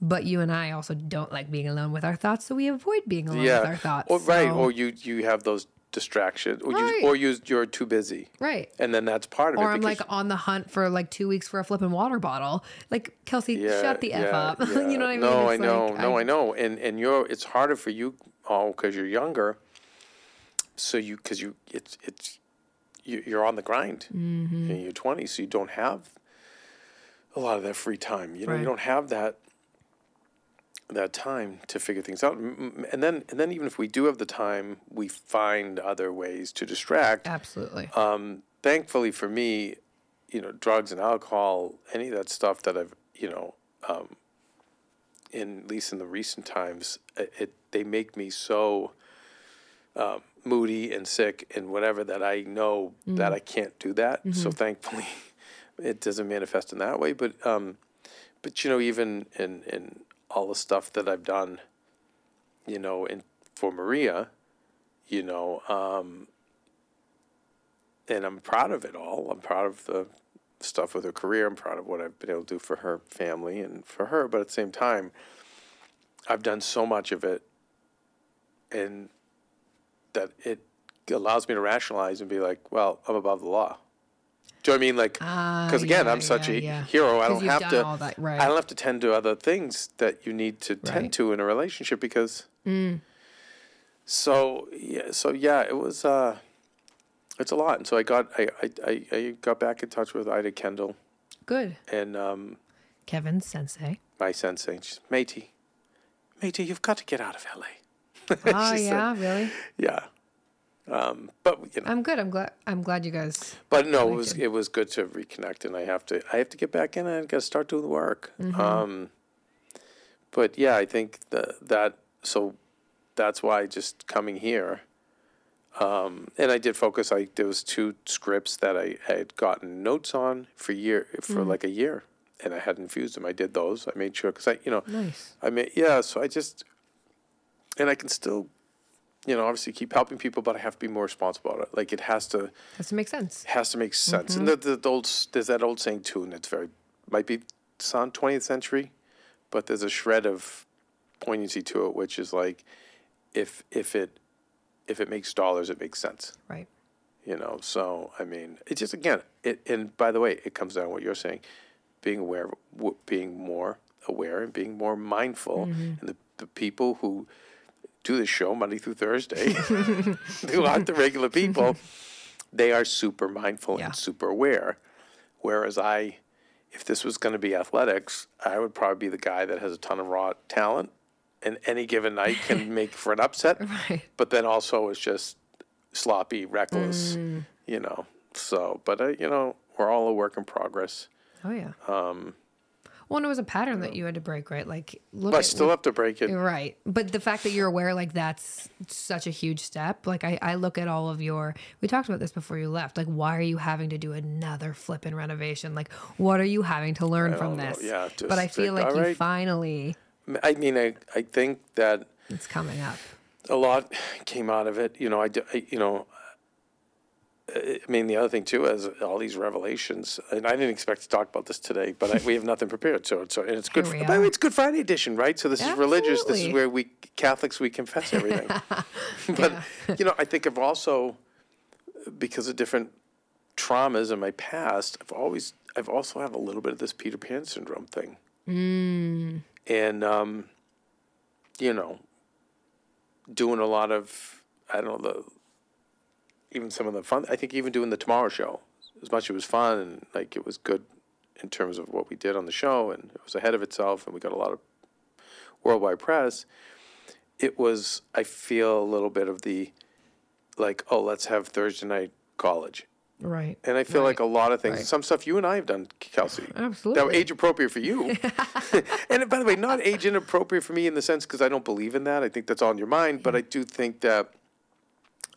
S2: But you and I also don't like being alone with our thoughts, so we avoid being alone with our thoughts.
S1: Or, right.
S2: so-
S1: Or you you have those distractions. Or
S2: Right.
S1: you or you you're too busy.
S2: right.
S1: And then that's part of
S2: Or
S1: it.
S2: I'm
S1: because
S2: like on the hunt for like two weeks for a flipping water bottle. Like Kelsey,
S1: Yeah,
S2: shut the f
S1: yeah,
S2: up.
S1: yeah.
S2: you know what I mean?
S1: No, I
S2: It's
S1: know.
S2: like,
S1: no, I, know. And and you're it's harder for you all because you're younger. So you because you it's it's you, you're on the grind
S2: Mm-hmm.
S1: in your 20s, so you don't have a lot of that free time. You know,
S2: Right.
S1: you don't have that that time to figure things out. M- m- And then and then even if we do have the time, we find other ways to distract
S2: Absolutely.
S1: um, thankfully for me, you know, drugs and alcohol, any of that stuff that I've, you know, um, in at least in the recent times, it, it they make me so um, moody and sick and whatever that I know that I can't do that. So thankfully, it doesn't manifest in that way. But um, but you know, even in in all the stuff that I've done, you know, in for Maria, you know, um, and I'm proud of it all. I'm proud of the stuff with her career. I'm proud of what I've been able to do for her family and for her. But at the same time, I've done so much of it, and that it allows me to rationalize and be like, well, I'm above the law. Do you know what I mean? Like, because again,
S2: Ah, yeah,
S1: I'm such
S2: yeah,
S1: a
S2: yeah.
S1: hero. I
S2: 'Cause
S1: don't
S2: you've
S1: have
S2: done
S1: to.
S2: all that, right.
S1: I don't have to tend to other things that you need to tend
S2: Right. Mm.
S1: to in a relationship because. So yeah, so yeah, it was. uh it's a lot. And so I got I, I, I, I got back in touch with Ida Kendall
S2: Good.
S1: and um,
S2: Kevin Sensei.
S1: by Sensei. She's, Matey, Matey, you've got to get out of LA.
S2: Oh
S1: She said-
S2: yeah, really?
S1: Yeah. Um, but you know,
S2: I'm good. I'm glad. I'm glad you guys.
S1: but no, it was it was good to reconnect, and I have to I have to get back in. and I got to start doing the work. Um, but yeah, I think the, that so that's why just coming here. Um, and I did focus. I there was two scripts that I had gotten notes on for year for like a year, and I hadn't fused them. I did those. I made sure because I you know
S2: Nice.
S1: I mean, yeah. So I just, and I can still, you know, obviously keep helping people, but I have to be more responsible about it. Like it has to
S2: Has to make sense.
S1: has to make sense. And the, the, the old s- there's that old saying too, and it's very might be sound 20th century, but there's a shred of poignancy to it, which is like, if if it if it makes dollars, it makes sense
S2: Right.
S1: you know so i mean it just again it and by the way it comes down to what you're saying being aware of w- being more aware and being more mindful
S2: Mm-hmm.
S1: and the, the people who do the show monday through thursday who aren't the regular people they are super mindful
S2: Yeah.
S1: and super aware whereas i if this was going to be athletics i would probably be the guy that has a ton of raw talent and any given night can make for an upset
S2: Right.
S1: but then also it's just sloppy, reckless,
S2: Mm.
S1: you know. So, but uh, you know, we're all a work in progress.
S2: Oh yeah. Um. Well, and it was a pattern that you had to break, right? Like look.
S1: But I
S2: at-
S1: still have to break it.
S2: Right. But the fact that you're aware, like, that's such a huge step. Like, I, I look at all of your, we talked about this before you left. Like, why are you having to do another flipping renovation? Like, what are you having to learn from
S1: don't know.
S2: this?
S1: Yeah,
S2: but I
S1: just
S2: feel
S1: like,
S2: like you
S1: alright.
S2: finally,
S1: I mean, I I think that
S2: it's coming up.
S1: a lot came out of it. You know, I, d- I- you know, uh, I I mean, the other thing too is all these revelations, and I didn't expect to talk about this today, but I, we have nothing prepared. So, so and it's good.
S2: Here we
S1: By the way,
S2: are.
S1: it's Good Friday edition, right? So this is religious. This is
S2: Absolutely.
S1: where we Catholics we confess everything. but you know, I think I've also because of different traumas in my past, I've always I've also have a little bit of this Peter Pan syndrome thing, mm. and um, you know, doing a lot of I don't know the even some of the fun. I think even doing the Tomorrow Show, as much as it was fun and like it was good in terms of what we did on the show, and it was ahead of itself, and we got a lot of worldwide press. It was I feel a little bit of the like oh let's have Thursday night college.
S2: Right.
S1: And I feel like a lot of things,
S2: right.
S1: some stuff you and I have done, Kelsey. That were
S2: Absolutely.
S1: age appropriate for you. and by the way, not age inappropriate for me in the sense because I don't believe in that. I think that's all in your mind. But I do think that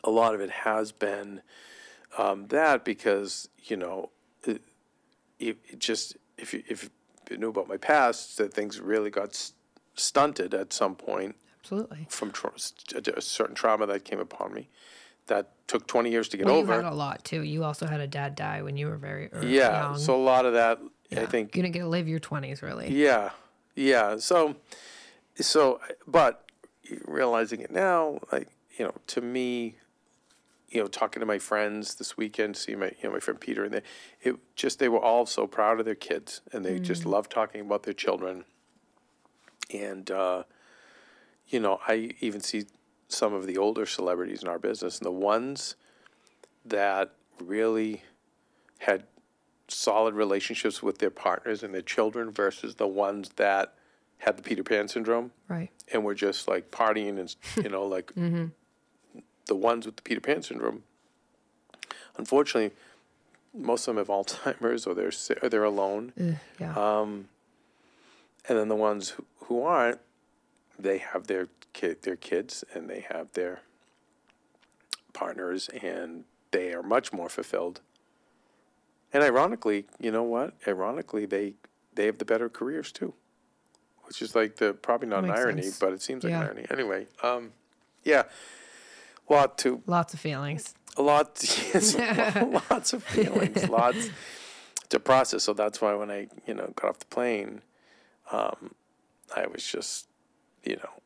S1: a lot of it has been um, that because, you know, it, it it just, if you, if you knew about my past, that things really got s- stunted at some point
S2: Absolutely.
S1: from tra- st- a certain trauma that came upon me that took 20 years to get
S2: Well, you
S1: over.
S2: had a lot too. You also had a dad die when you were very er-
S1: Yeah.
S2: young.
S1: So a lot of that, I
S2: you
S1: think.
S2: didn't get to live your 20s, really.
S1: Yeah. Yeah. So, so, but realizing it now, like, you know, to me, you know, talking to my friends this weekend, seeing my, you know, my friend Peter and they, it just, they were all so proud of their kids and they
S2: Mm.
S1: just love talking about their children. And, uh, you know, I even see some of the older celebrities in our business and the ones that really had solid relationships with their partners and their children versus the ones that had the Peter Pan syndrome
S2: Right.
S1: and were just like partying and you know like the ones with the Peter Pan syndrome. Unfortunately, most of them have Alzheimer's or they're si- or they're alone,
S2: Yeah.
S1: Uh, and then the ones who, who aren't, they have their kid their kids and they have their partners and they are much more fulfilled. And ironically, you know what? Ironically, they they have the better careers too, which is like the probably not
S2: Makes
S1: an irony,
S2: sense.
S1: but it seems like an
S2: Yeah.
S1: irony. Anyway, um, yeah, lot to
S2: Lots of feelings.
S1: a lot, yes, lots of feelings, lots to process. So that's why when I, you know, got off the plane, um, I was just, you know,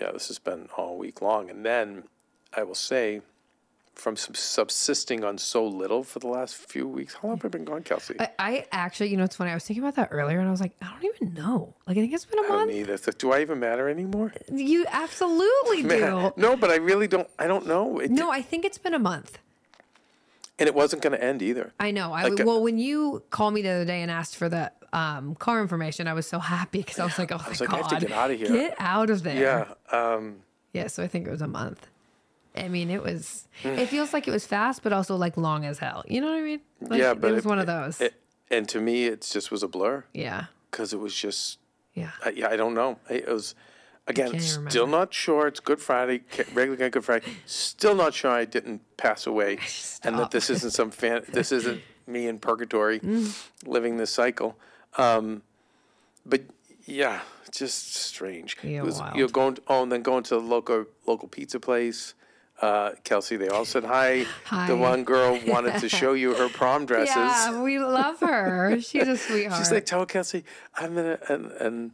S1: yeah, this has been all week long. And then I will say, from sub- subsisting on so little for the last few weeks, how long have I been gone, Kelsey?
S2: I, I actually, you know, it's funny. I was thinking about that earlier, and I was like, I don't even know. Like, I think it's been a
S1: I don't
S2: month.
S1: need this. Do I even matter anymore?
S2: You absolutely do.
S1: No, but I really don't. I don't know. It,
S2: No, I think it's been a month.
S1: And it wasn't going to end either.
S2: I know. I
S1: Like uh
S2: w-
S1: a-
S2: well, when you called me the other day and asked for the um, car information, I was so happy because I was like, "Oh my
S1: was like, I have
S2: god,
S1: to get outta here.
S2: Get out of there!"
S1: Yeah. Um,
S2: Yeah, so I think it was a month. I mean, it was.
S1: Hmm.
S2: It feels like it was fast, but also like long as hell. You know what I mean? Like,
S1: yeah, but
S2: it was one of those.
S1: it- and to me, it just was a blur
S2: yeah,
S1: because it was just.
S2: yeah.
S1: I, yeah, I don't know. I- It was again
S2: can't even
S1: still not sure. It's Good Friday, ca- regular guy Good Friday. Still not sure I didn't pass away, and that this isn't some fan. This isn't me in purgatory,
S2: Mm.
S1: living this cycle. Um, but yeah, just strange. It
S2: Yeah,
S1: was-
S2: wild.
S1: You're going to, oh, and then going to the local local pizza place. Uh, Kelsey, they all said hi.
S2: Hi.
S1: The one girl wanted to show you her prom dresses.
S2: Yeah, we love her. She's a sweetheart.
S1: She's like, tell Kelsey, I'm in a, and, and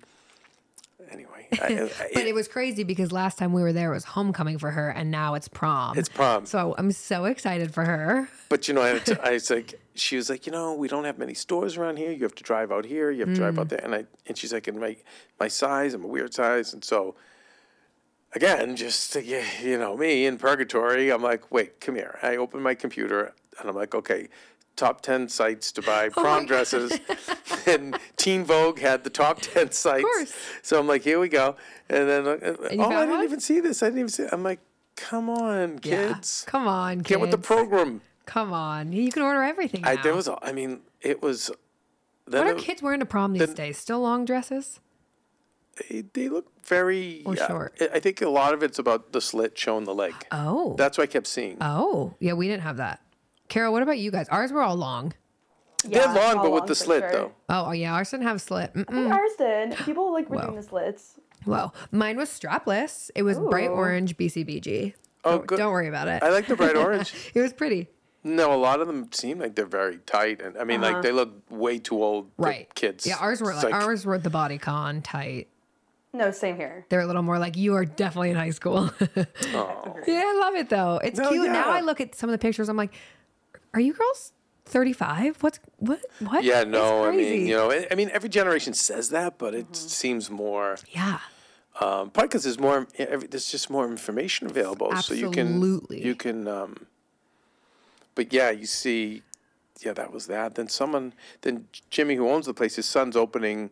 S1: anyway, I, I,
S2: but it was crazy because last time we were there was homecoming for her, and now it's prom.
S1: it's prom.
S2: so I'm so excited for her.
S1: but you know, I, had to- I was like, she was like, you know, we don't have many stores around here. You have to drive out here. You have to drive
S2: Mm.
S1: out there. And I, and she's like, and my, my size, I'm a weird size. And so again, just, to get- you know, me in purgatory, I'm like, wait, come here. I open my computer and I'm like, okay, top 10 sites to
S2: Oh
S1: buy prom dresses. and Teen Vogue had the top 10 sites.
S2: course.
S1: So I'm like, here we go. And then, uh,
S2: you
S1: oh, I
S2: found
S1: didn't
S2: one?
S1: even see this. I didn't even see it. I'm like, come on,
S2: Yeah.
S1: kids.
S2: Come on, kids.
S1: Get with the program.
S2: Come on. You can order everything.
S1: I,
S2: now.
S1: there was, a- I mean, it was. Then
S2: what are
S1: it-
S2: kids wearing to prom these
S1: then-
S2: days? Still long dresses?
S1: They, they look very.
S2: Or
S1: yeah,
S2: short.
S1: I- I think a lot of it's about the slit showing the leg.
S2: Oh.
S1: That's what I kept seeing.
S2: oh. Yeah, we didn't have that. Carol, what about you guys? Ours were all long.
S1: They're
S3: Yeah,
S1: long,
S3: all
S1: but with the
S3: for
S1: slit
S3: sure.
S1: though.
S2: Oh, oh, yeah. Ours didn't have slit. Mm-mm.
S3: Ours did. People like were doing the slits.
S2: Whoa. Mine was strapless. It was bright
S3: Ooh.
S2: orange BCBG.
S1: Oh,
S2: don't,
S1: good.
S2: don't worry about it.
S1: I like the bright orange.
S2: it was pretty.
S1: No, a lot of them seem like they're very tight, and I mean,
S3: Uh-huh.
S1: like they look way too old. for
S2: Right.
S1: kids.
S2: Yeah, ours were
S1: It's
S2: like, ours were the body con tight.
S3: No, same here.
S2: They're a little more like you are definitely in high school. yeah, I love it though. It's
S1: No,
S2: cute. Now
S1: yeah.
S2: I look at some of the pictures. I'm like, are you girls 35? What's what? What?
S1: Yeah,
S2: It's
S1: no, I mean,
S2: crazy.
S1: you know, I- I mean, every generation says that, but it
S3: Mm-hmm.
S1: seems more
S2: Yeah.
S1: um, probably because there's more, yeah, every, there's just more information available, so
S2: Absolutely.
S1: you can, you can, um, but yeah, you see, yeah, that was that. Then someone, then Jimmy, who owns the place, his son's opening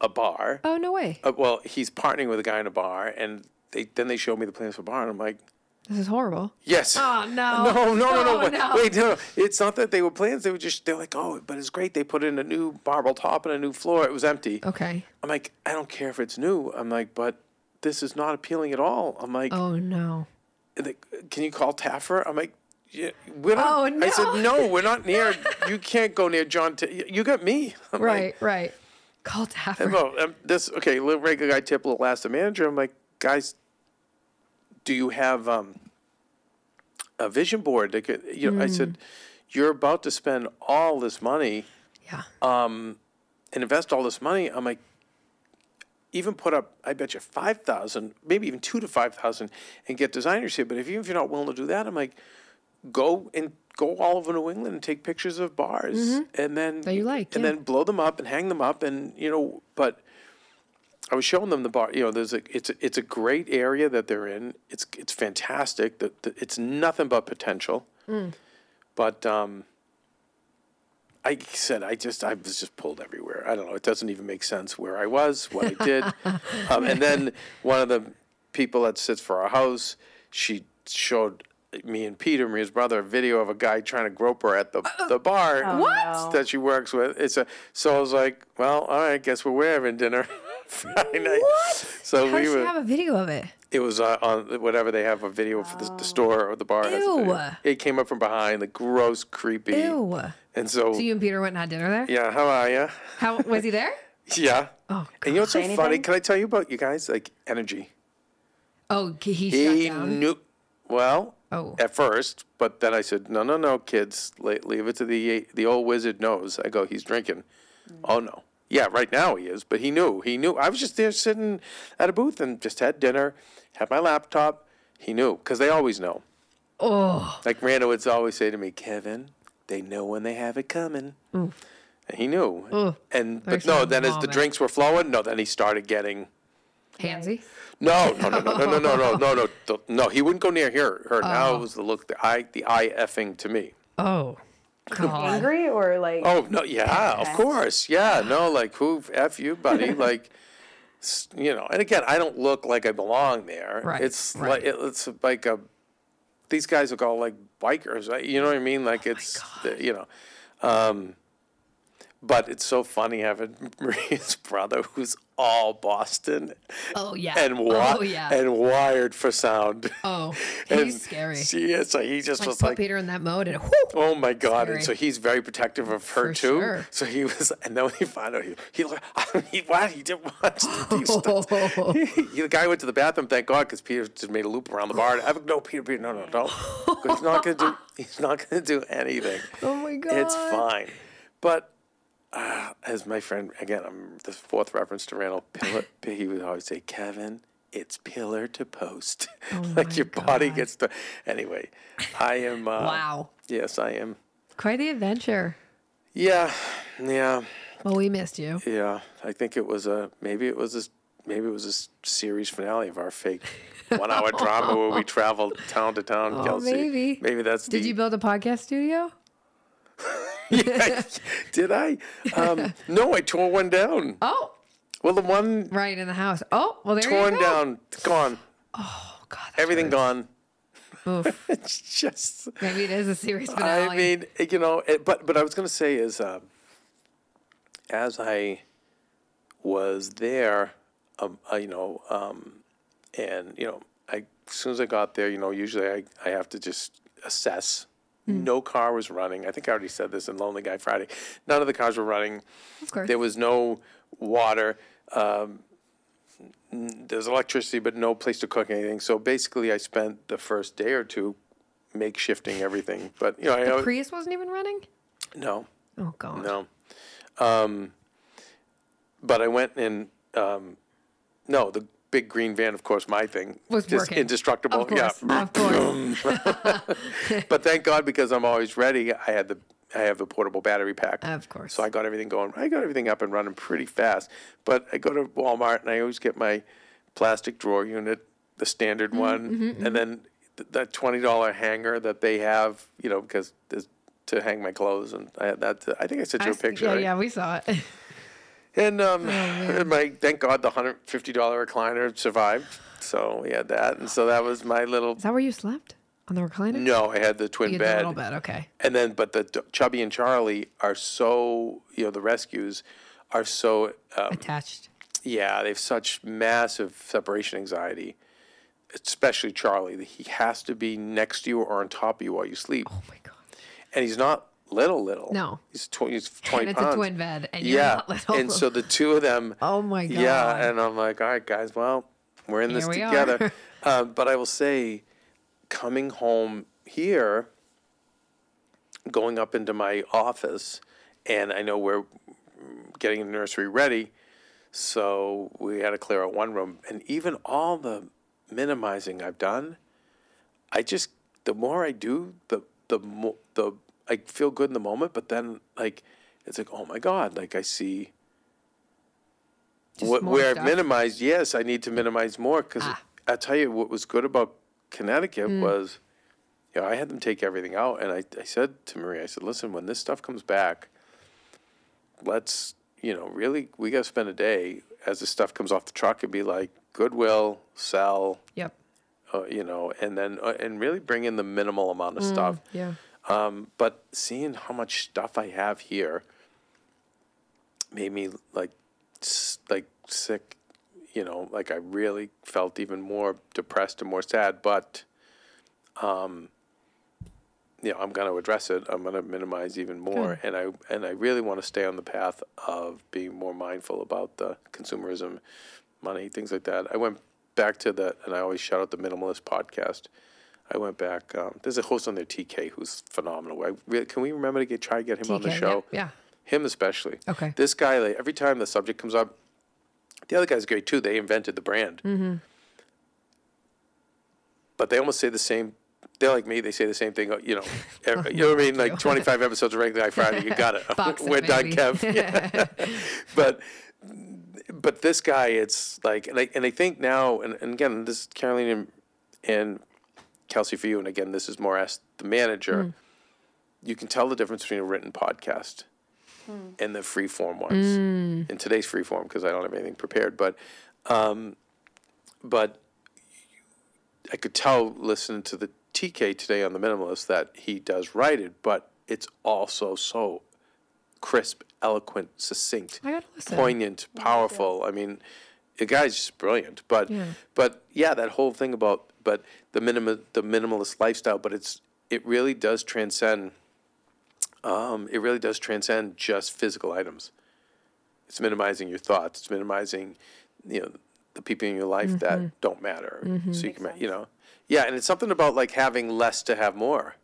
S1: a bar.
S2: Oh no way.
S1: Uh, well, he's partnering with a guy in a bar, and they then they showed me the plans for a bar, and I'm like.
S2: This is horrible.
S1: Yes.
S2: Oh, no.
S1: No, no, no, no.
S2: Oh,
S1: Wait,
S2: no.
S1: wait, no. It's not that they were plans. They were just they're like, oh, but it's great. They put in a new marble top and a new floor. It was empty.
S2: Okay.
S1: I'm like, I don't care if it's new. I'm like, but this is not appealing at all. I'm like,
S2: Oh no.
S1: "They- can you call Taffer? I'm like, yeah, we're not.
S2: Oh,
S1: I said,
S2: no.
S1: no, we're not near. you can't go near John. T- you got me. I'm like,
S2: Right, right. Call Taffer.
S1: no, um, this okay. Little regular guy Tipple will ask the manager. I'm like, guys, do you have um, a vision board? That could, you know, I said,
S2: Hmm.
S1: you're about to spend all this money
S2: Yeah.
S1: and invest all this money. I'm like, even put up, I bet you five thousand, maybe even two to five thousand, and get designers here. But if even if you're not willing to do that, I'm like, go and go all over New England and take pictures of bars, and then
S2: Mm-hmm. That you like,
S1: and
S2: yeah.
S1: then blow them up and hang them up, and you know, but. I was showing them the bar. You know, there's a it's a, it's a great area that they're in. It's it's fantastic. The, the, it's nothing but potential. But um, I said I just I was just pulled everywhere. I don't know. It doesn't even make sense where I was, what I did. um, and then one of the people that sits for our house, she showed me and Peter, Maria's brother, a video of a guy trying to grope her at the the bar
S2: Oh,
S3: What?
S1: that she works with. It's a so I was like, well, all right, guess we're we're having dinner Friday night. So
S2: How
S1: we
S2: does she
S1: were.
S2: have a video of it?
S1: It was uh, on whatever they have a video for the, the store or the bar. has a video.
S2: Ew.
S1: It came up from behind, like gross, creepy.
S2: Ew.
S1: And so,
S2: So you and Peter went and had dinner there?
S1: yeah, how are you?
S2: How was he there?
S1: Yeah.
S2: Oh,
S1: and you know what's so
S3: Say
S1: funny?
S3: anything?
S1: Can I tell you about you guys? Like energy.
S2: Oh, he he
S1: He
S2: shut down.
S1: knew. Well,
S2: Oh.
S1: at first, but then I said, no, no, no, kids, la- leave it to the the old wizard knows. I go, he's drinking.
S2: Mm.
S1: Oh no. Yeah, right now he is, but he knew. He knew. I was just there sitting at a booth and just had dinner, had my laptop. He knew because they always know.
S2: Oh,
S1: Like Miranda would always say to me, Kevin, they know when they have it coming. And he knew. And but
S2: There's
S1: no,
S2: no
S1: then as the
S2: moment.
S1: drinks were flowing, no, then he started getting
S2: handsy.
S1: no, no, no, no, no, no, no, no, no, no, no. He wouldn't go near her. Her now was the look, the eye, the eye effing to me.
S2: Oh, God.
S3: Angry or like
S1: Oh no, yeah, of course, yeah, no, like who f you, buddy, like s- you know. And again, I don't look like I belong there.
S2: Right,
S1: It's
S2: right.
S1: like it's like a these guys look all like bikers. right? You know what I mean? Like
S2: Oh
S1: it's you know, um, but it's so funny having Maria's brother who's all Boston
S2: Oh, yeah.
S1: and wi-
S2: Oh, yeah.
S1: and wired for sound.
S2: oh, he's
S1: And
S2: scary.
S1: She is. So he just
S2: like,
S1: was
S2: put
S1: like,
S2: Peter in that mode and whoo.
S1: Oh my god! And so
S2: Scary.
S1: he's very protective of her
S2: For
S1: too.
S2: sure.
S1: So he was, and then when he found out, he he like, he, wow, he didn't watch the deep stuff. He- the guy went to the bathroom. Thank God, because Peter just made a loop around the bar. And I was, no, Peter, Peter, no, no, don't. 'Cause He's not gonna do. He's not gonna do anything.
S2: Oh my God.
S1: It's fine, but. Uh, as my friend again, I'm the fourth reference to Randall. Pillar, he would always say, "Kevin, it's pillar to post.
S2: Oh
S1: like your body gets to." Anyway, I am. Uh,
S2: Wow.
S1: Yes, I am.
S2: Quite the adventure.
S1: Yeah, yeah,
S2: Well, we missed you.
S1: yeah. I think it was a maybe it was a maybe it was a s- series finale of our fake one-hour drama where we traveled town to town. Kelsey,
S2: Oh, maybe.
S1: maybe that's
S2: Did
S1: the,
S2: you build a podcast studio?
S1: did I? Um, no, I tore one down.
S2: Oh,
S1: Well, the one
S2: right in the house. Oh, well, there
S1: torn
S2: you go.
S1: down, gone. Oh
S2: God,
S1: everything gone.
S2: Oof.
S1: It's just.
S2: Maybe it is a series finale.
S1: I mean, you know, it, but but I was going to say is, uh, as I was there, um, I, you know, um, and you know, I as soon as I got there, you know, usually I, I have to just assess. No car was running. I think I already said this in Lonely Guy Friday. None of the cars were running.
S2: of course.
S1: There was no water. Um, n- there's electricity, but no place to cook anything. So basically, I spent the first day or two makeshifting everything. But you know, I al-
S2: Prius wasn't even running.
S1: no,
S2: Oh God.
S1: no. Um, but I went and um, no, the big green van, of course, my thing
S2: Was
S1: just
S2: working.
S1: indestructible.
S2: Of course.
S1: Yeah, Um,
S2: Of course.
S1: but thank God because I'm always ready. I had the I have the portable battery pack.
S2: Of course.
S1: So I got everything going. I got everything up and running pretty fast. But I go to Walmart and I always get my plastic drawer unit, the
S2: Mm-hmm,
S1: standard one, and then th- that twenty dollar hanger that they have, you know, because there's to hang my clothes and I had that. I think I sent
S2: I
S1: you a
S2: s-
S1: picture.
S2: Yeah,
S1: right?
S2: yeah, Oh, we saw it.
S1: And um, and my thank God the hundred fifty dollar recliner survived. So we had that, and so that was my little.
S2: Is that where you slept on the recliner?
S1: No, I had the twin
S2: you had the
S1: bed.
S2: little bed. Okay.
S1: And then, but the d- Chubby and Charlie are so, you know, the rescues are so, um,
S2: Attached. Oh
S1: yeah, they have such massive separation anxiety, especially Charlie. that He has to be next to you or on top of you while you sleep.
S2: Oh my God.
S1: And he's not little, little.
S2: No.
S1: He's, tw- he's 20
S2: And it's
S1: pounds.
S2: a twin bed, and you're
S1: yeah.
S2: not little.
S1: And so the two of them.
S2: Oh my God.
S1: Yeah. And I'm like, all right, guys, well, we're in this
S2: Here we are.
S1: together. um, but I will say, coming home here, going up into my office, and I know we're getting the nursery ready. So we had to clear out one room. And even all the minimizing I've done, I just, the more I do, the, the, mo- the, I feel good in the moment, but then like, it's like, oh my God, like I see
S2: Just
S1: what,
S2: more
S1: where I've
S2: stuff. Ah.
S1: minimized. Yes, I need to minimize more because I tell you what was good about Connecticut
S2: Mm.
S1: was, you know, I had them take everything out. And I, I said to Maria, I said, listen, when this stuff comes back, let's you know really we got to spend a day as this stuff comes off the truck and be like goodwill sell
S2: Yep.
S1: uh, you know and then uh, and really bring in the minimal amount
S2: Mm.
S1: of stuff
S2: Yeah.
S1: um, but seeing how much stuff i have here made me like s- like sick you know like i really felt even more depressed and more sad but um, you know, I'm going to address it. I'm going to minimize even more, and I and I really want to stay on the path of being more mindful about the consumerism, money, things like that. I went back to the, and I always shout out the Minimalist podcast. I went back. Um, there's a host on there, TK, who's phenomenal. I really, can we remember to get try to get him on the
S2: TK, yeah,
S1: show?
S2: yeah.
S1: him especially.
S2: Okay.
S1: this guy, like, every time the subject comes up, the other guy's great too. They invented the brand
S2: Mm-hmm.
S1: but they almost say the same. They're like me. They say the same thing. You know, ev- you know what I mean? Like 25 episodes of Regular Guy Friday. You got it.
S2: Box it,
S1: We're done,
S2: baby.
S1: Kev. Yeah. but but this guy, it's like, and I and I think now, and, and again, this is Caroline
S2: Mm-hmm.
S1: and, and Kelsey for you, and again, this is more asked the manager. you can tell the difference between a written podcast
S2: Hmm.
S1: and the free form ones. And today's free form because I don't have anything prepared, but um, but I could tell listening to the TK today on the minimalist that he does write it, but it's also so crisp, eloquent, succinct,
S2: I gotta listen.
S1: poignant, powerful. I mean, the guy's just brilliant. But but yeah, that whole thing about but the minima, the minimalist lifestyle, but it's it really does transcend um, it really does transcend just physical items. It's minimizing your thoughts. It's minimizing, you know, the people in your life that don't matter. So you can, ma- you know, yeah, and it's something about like having less to have more.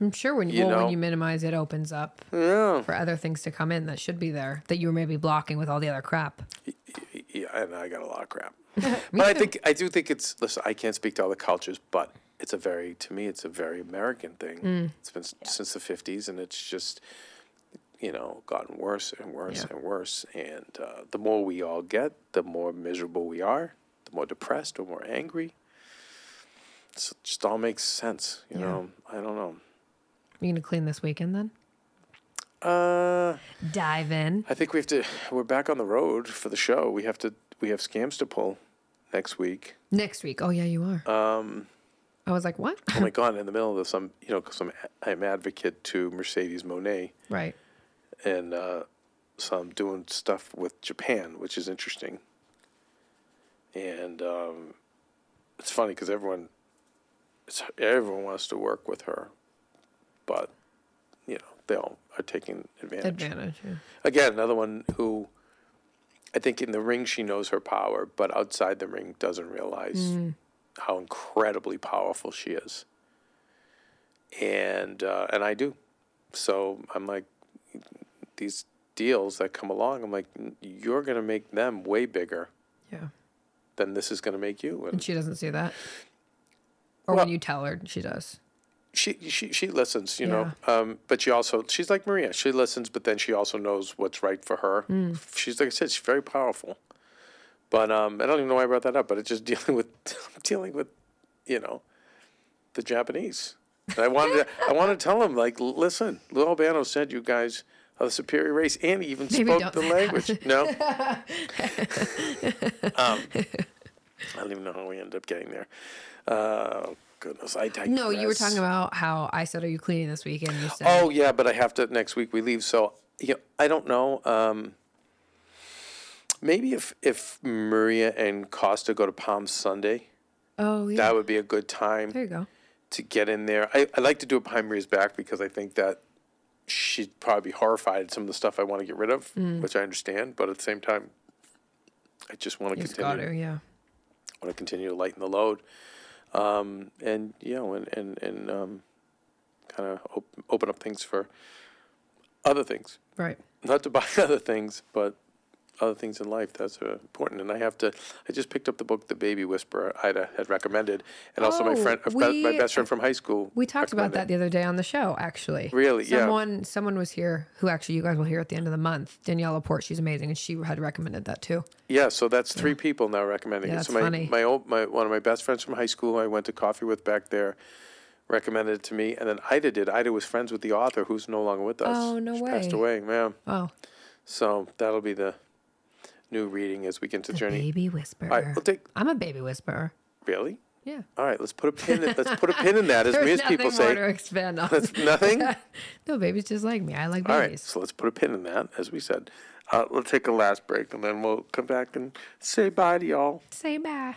S2: I'm sure when you,
S1: You
S2: well,
S1: know. Hmm.
S2: when you minimize it opens up for other things to come in that should be there that you were maybe blocking with all the other crap.
S1: Yeah, and I got a lot of crap. but I think I do think it's listen. I can't speak to other cultures, but it's a very to me it's a very American thing. It's been s since the fifties, and it's just you know gotten worse and worse and worse. And uh, the more we all get, the more miserable we are, the more depressed, the more angry. So it just all makes sense, you know. I don't know.
S2: You gonna clean this weekend then?
S1: Uh,
S2: Dive in.
S1: I think we have to. We're back on the road for the show. We have to. We have scams to pull next week.
S2: Next week. Oh yeah, you are. Um I was like, what?
S1: oh my god in the middle of this i'm you know because I'm, I'm advocate to mercedes monet
S2: right.
S1: and uh, so i'm doing stuff with japan which is interesting and um, it's funny because everyone it's, everyone wants to work with her but you know they all are taking
S2: Advantage. yeah.
S1: again, another one who I think in the ring she knows her power, but outside the ring doesn't realize how incredibly powerful she is. And uh, and I do, so I'm like these deals that come along. I'm like, you're gonna make them way bigger
S2: Yeah.
S1: than this is gonna make you.
S2: And
S1: And
S2: she doesn't see that. Or
S1: Well-
S2: when you tell her, she does.
S1: she she she listens, you know. Um, but she also she's like Maria. She listens, but then she also knows what's right for her.
S2: Mm.
S1: She's like I said, she's very powerful. But um, I don't even know why I brought that up. But it's just dealing with dealing with, you know, the Japanese. And I wanted to, I want to tell him like, "L- listen, Lil Albano said you guys are the superior race, and he even
S2: Maybe
S1: spoke
S2: don't
S1: the
S2: say that.
S1: language. No. um, I don't even know how we ended up getting there. Uh, goodness, I digress.
S2: No, you were talking about how I said, Are you cleaning this weekend? You said
S1: Oh yeah, but I have to next week. We leave, so you know, I don't know. Um, maybe if if Maria and Costa go to Palm Sunday,
S2: Oh, yeah.
S1: that would be a good
S2: there
S1: time
S2: you go.
S1: to get in there. I, I like to do it behind Maria's back because I think that she'd probably be horrified at some of the stuff I want to get rid of, which I understand. But at the same time, I just want to
S2: You just
S1: continue
S2: got her, yeah.
S1: want to continue to lighten the load, um, and you know, and and and um, kind of op- open up things for other things.
S2: Right.
S1: Not to buy other things, but other things in life that's uh, important. And I have to. I just picked up the book The Baby Whisperer Ida had recommended, and also my
S2: Oh,
S1: friend, a fe- my
S2: we-
S1: best friend from high school.
S2: We talked about that
S1: recommended.
S2: the other day on the show, actually.
S1: Really? Yeah.
S2: Someone someone was here who actually you guys will hear at the end of the month. Danielle Laporte, she's amazing, and she had recommended that too.
S1: Yeah, so that's three people now recommending
S2: Yeah,
S1: it. So
S2: that's
S1: my
S2: funny.
S1: my old my one of my best friends from high school, who I went to coffee with back there, recommended it to me, and then Ida did. Ida was friends with the author, who's no longer with us.
S2: Oh, no
S1: she Passed
S2: way.
S1: away, yeah.
S2: Oh,
S1: So that'll be the new reading as we get into the journey.
S2: baby whisperer.
S1: All right, we'll take
S2: I'm a baby whisperer.
S1: really.
S2: Yeah.
S1: All right, let's put a pin. In, let's put a pin in that, as
S2: There's
S1: Maria's
S2: nothing
S1: people
S2: more to
S1: say.
S2: expand on.
S1: That's nothing.
S2: no, babies just like me. I like
S1: All right,
S2: babies.
S1: so let's put a pin in that, as we said. Uh, we'll take a last break, and then we'll come back and say bye to y'all.
S2: Say bye.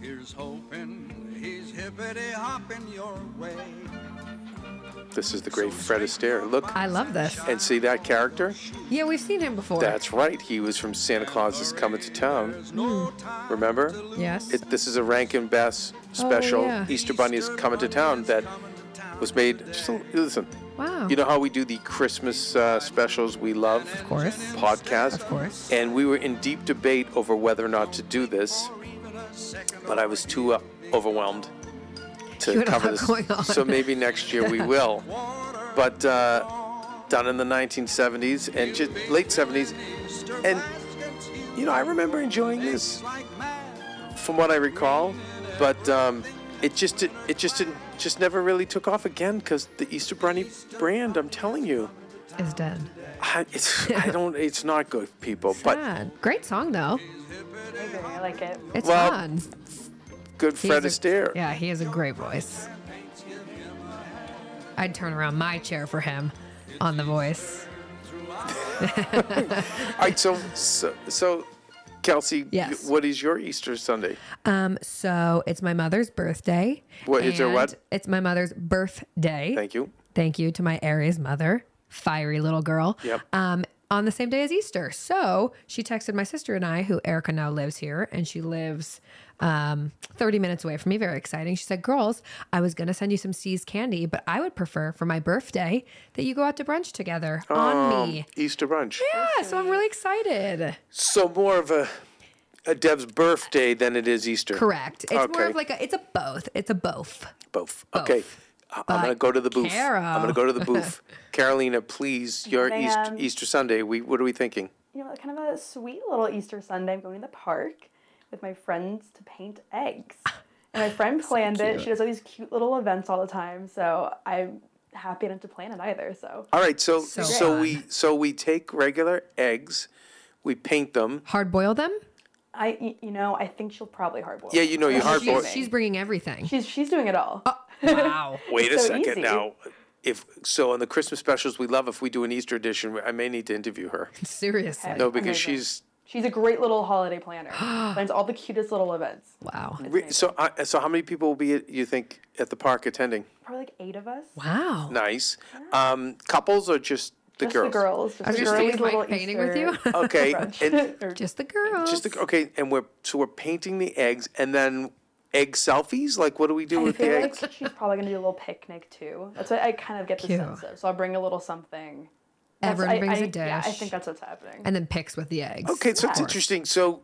S6: Here's hoping he's hippity hopping your way.
S1: This is the great Fred Astaire. Look
S2: I love this.
S1: and see that character?
S2: Yeah, we've seen him before.
S1: That's right. He was from Santa Claus is Coming to Town. Remember?
S2: yes.
S1: It, this is a Rankin Bass special.
S2: yeah.
S1: Easter Bunny is Coming to Town that was made. Just a, listen,
S2: wow.
S1: you know how we do the Christmas uh, specials we love? Of
S2: course.
S1: Podcast.
S2: Of course.
S1: And we were in deep debate over whether or not to do this, but I was too uh, overwhelmed to
S2: You had a
S1: cover
S2: lot
S1: this.
S2: going on.
S1: So maybe next year we will. But uh, done in the 1970s and ju- late 70s. And, you know, I remember enjoying this from what I recall, but. Um, it just it, it just didn't just never really took off again because the Easter Bunny brand. I'm telling you,
S2: Is done.
S1: I, it's I don't. It's not good, people. But
S2: Sad. Great song though.
S3: Maybe I like it.
S2: It's
S1: Well,
S2: fun.
S1: good
S2: He
S1: Fred
S2: has a-
S1: Astaire.
S2: Yeah, he has a great voice. I'd turn around my chair for him on the voice.
S1: All right. So so, so Kelsey,
S2: Yes.
S1: what is your Easter Sunday?
S2: Um, so it's my mother's birthday.
S1: What- is there
S2: and
S1: what?
S2: It's my mother's birthday.
S1: Thank you.
S2: Thank you to my Aries mother, fiery little girl.
S1: Yep.
S2: Um, on the same day as Easter. So she texted my sister and I, who Erica now lives here, and she lives um, 30 minutes away from me. Very exciting. She said, Girls, I was going to send you some C's candy, but I would prefer for my birthday that you go out to brunch together
S1: Oh.
S2: on me.
S1: Um, Easter brunch.
S2: Yeah, so I'm really excited.
S1: So more of a a Deb's birthday than it is Easter.
S2: Correct. It's more
S1: Okay.
S2: of like a, it's a both. It's a both.
S1: both. Okay. I- I'm gonna
S2: But
S1: go to the booth. I'm gonna
S2: Carol.
S1: go to the booth. Carolina, please, your
S3: They,
S1: Easter,
S3: um,
S1: Easter Sunday. We what are we thinking?
S3: You know, kind of a sweet little Easter Sunday. I'm going to the park with my friends to paint eggs. And my friend planned it. She does all these cute little events all the time. So I'm happy I didn't have to plan it either. So
S1: All right. So so,
S2: So
S1: we so we take regular eggs, we paint them.
S2: Hard boil them?
S3: I, y- you know, I think she'll probably hard boil.
S1: Yeah, you know you
S3: She's-
S1: hard boil.
S2: She's, she's bringing everything.
S3: She's she's doing it all.
S2: Uh. Wow.
S1: Wait a
S3: so
S1: second
S3: easy.
S1: now. If so, on the Christmas specials we love, if we do an Easter edition, I may need to interview her.
S2: Seriously.
S1: No, because
S3: Amazing.
S1: she's
S3: She's a great little holiday planner. plans all the cutest little events.
S2: Wow.
S1: re- so. I, so how many people will be you think at the park attending?
S3: Probably like eight of us.
S2: Wow.
S1: Nice. Um, couples or just the
S3: Just
S1: girls?
S3: the girls. Just
S2: I was
S3: the
S2: just
S3: girlies
S2: thinking
S3: little
S2: like painting with you.
S3: Easter
S1: Okay, and
S3: brunch. Or-
S2: Just the girls.
S1: Oh, just the, okay, and we're so we're painting the eggs, and then egg selfies. Like, what do we do
S3: I
S1: with the
S3: feel like
S1: eggs?
S3: she's probably gonna do a little picnic too. That's what I kind of get the
S2: Cute.
S3: sense of. So I'll bring a little something. That's-
S2: Everyone
S3: I-
S2: brings
S3: I-
S2: a dish.
S3: Yeah, I think that's what's happening.
S2: and then picks with the eggs.
S1: Okay, so it's interesting. So,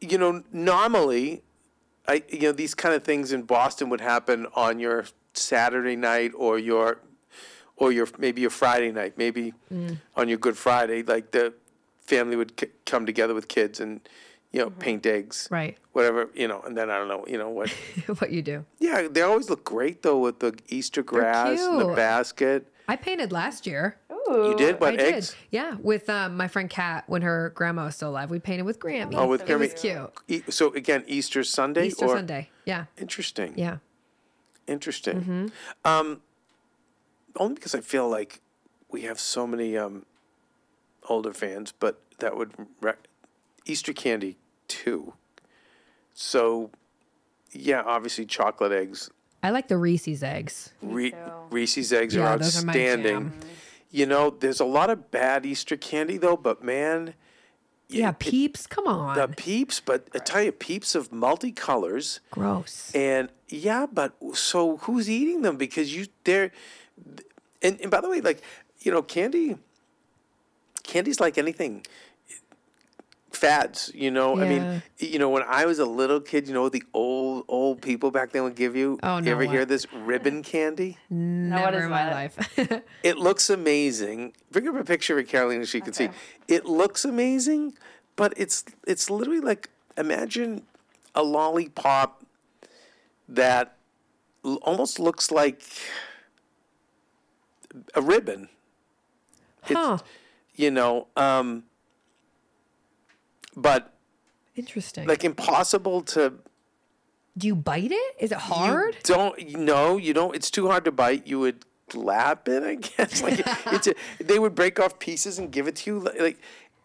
S1: you know, normally, I you know these kind of things in Boston would happen on your Saturday night or your or your maybe your Friday night, maybe
S2: Mm.
S1: on your Good Friday, like the family would c- come together with kids and you know paint eggs,
S2: Mm-hmm. Right.
S1: Whatever you know, and then I don't know, you know what?
S2: what you do.
S1: yeah, they always look great though with the Easter grass and the
S2: cute.
S1: basket.
S2: I painted last year.
S1: You did,
S2: I
S1: but
S2: did.
S1: Oh. eggs.
S2: Yeah, with um, my friend Kat when her grandma was still alive. We painted with Grammy.
S1: Oh, with
S2: It was
S1: Grammy.
S2: cute.
S1: E- so again, Easter Sunday
S2: Easter
S1: or
S2: Sunday. Yeah.
S1: Interesting.
S2: Yeah.
S1: Interesting. Um, only because I feel like we have so many um, older fans, but that would re- Easter candy too. So, yeah, obviously chocolate eggs,
S2: I like the Reese's eggs.
S1: Re- Reese's eggs are
S2: Yeah, those are my
S1: outstanding.
S2: jam.
S1: You know, there's a lot of bad Easter candy though, but man,
S2: Yeah,
S1: it-
S2: peeps. Come on.
S1: the peeps. But I tell you, peeps of multicolors.
S2: Gross.
S1: And yeah, but so who's eating them? Because you they're and, and by the way, like, you know, candy candy's like anything. Fads, you know. I
S2: Yeah.
S1: mean, you know, when I was a little kid, you know, the old old people back then would give you.
S2: Oh,
S1: you
S2: no
S1: ever hear
S2: way.
S1: this ribbon candy?
S3: now what
S2: Never
S3: is
S2: in my
S3: that?
S2: life.
S1: It looks amazing. Bring up a picture of Carolina so you can see. It looks amazing, but it's it's literally like imagine a lollipop that l- almost looks like a ribbon. It's-
S2: Huh.
S1: You know, um, but
S2: Interesting.
S1: like impossible to
S2: Do you bite it? Is it hard?
S1: don't no you don't it's too hard to bite you would lap it i guess like it's a, they would break off pieces and give it to you li- like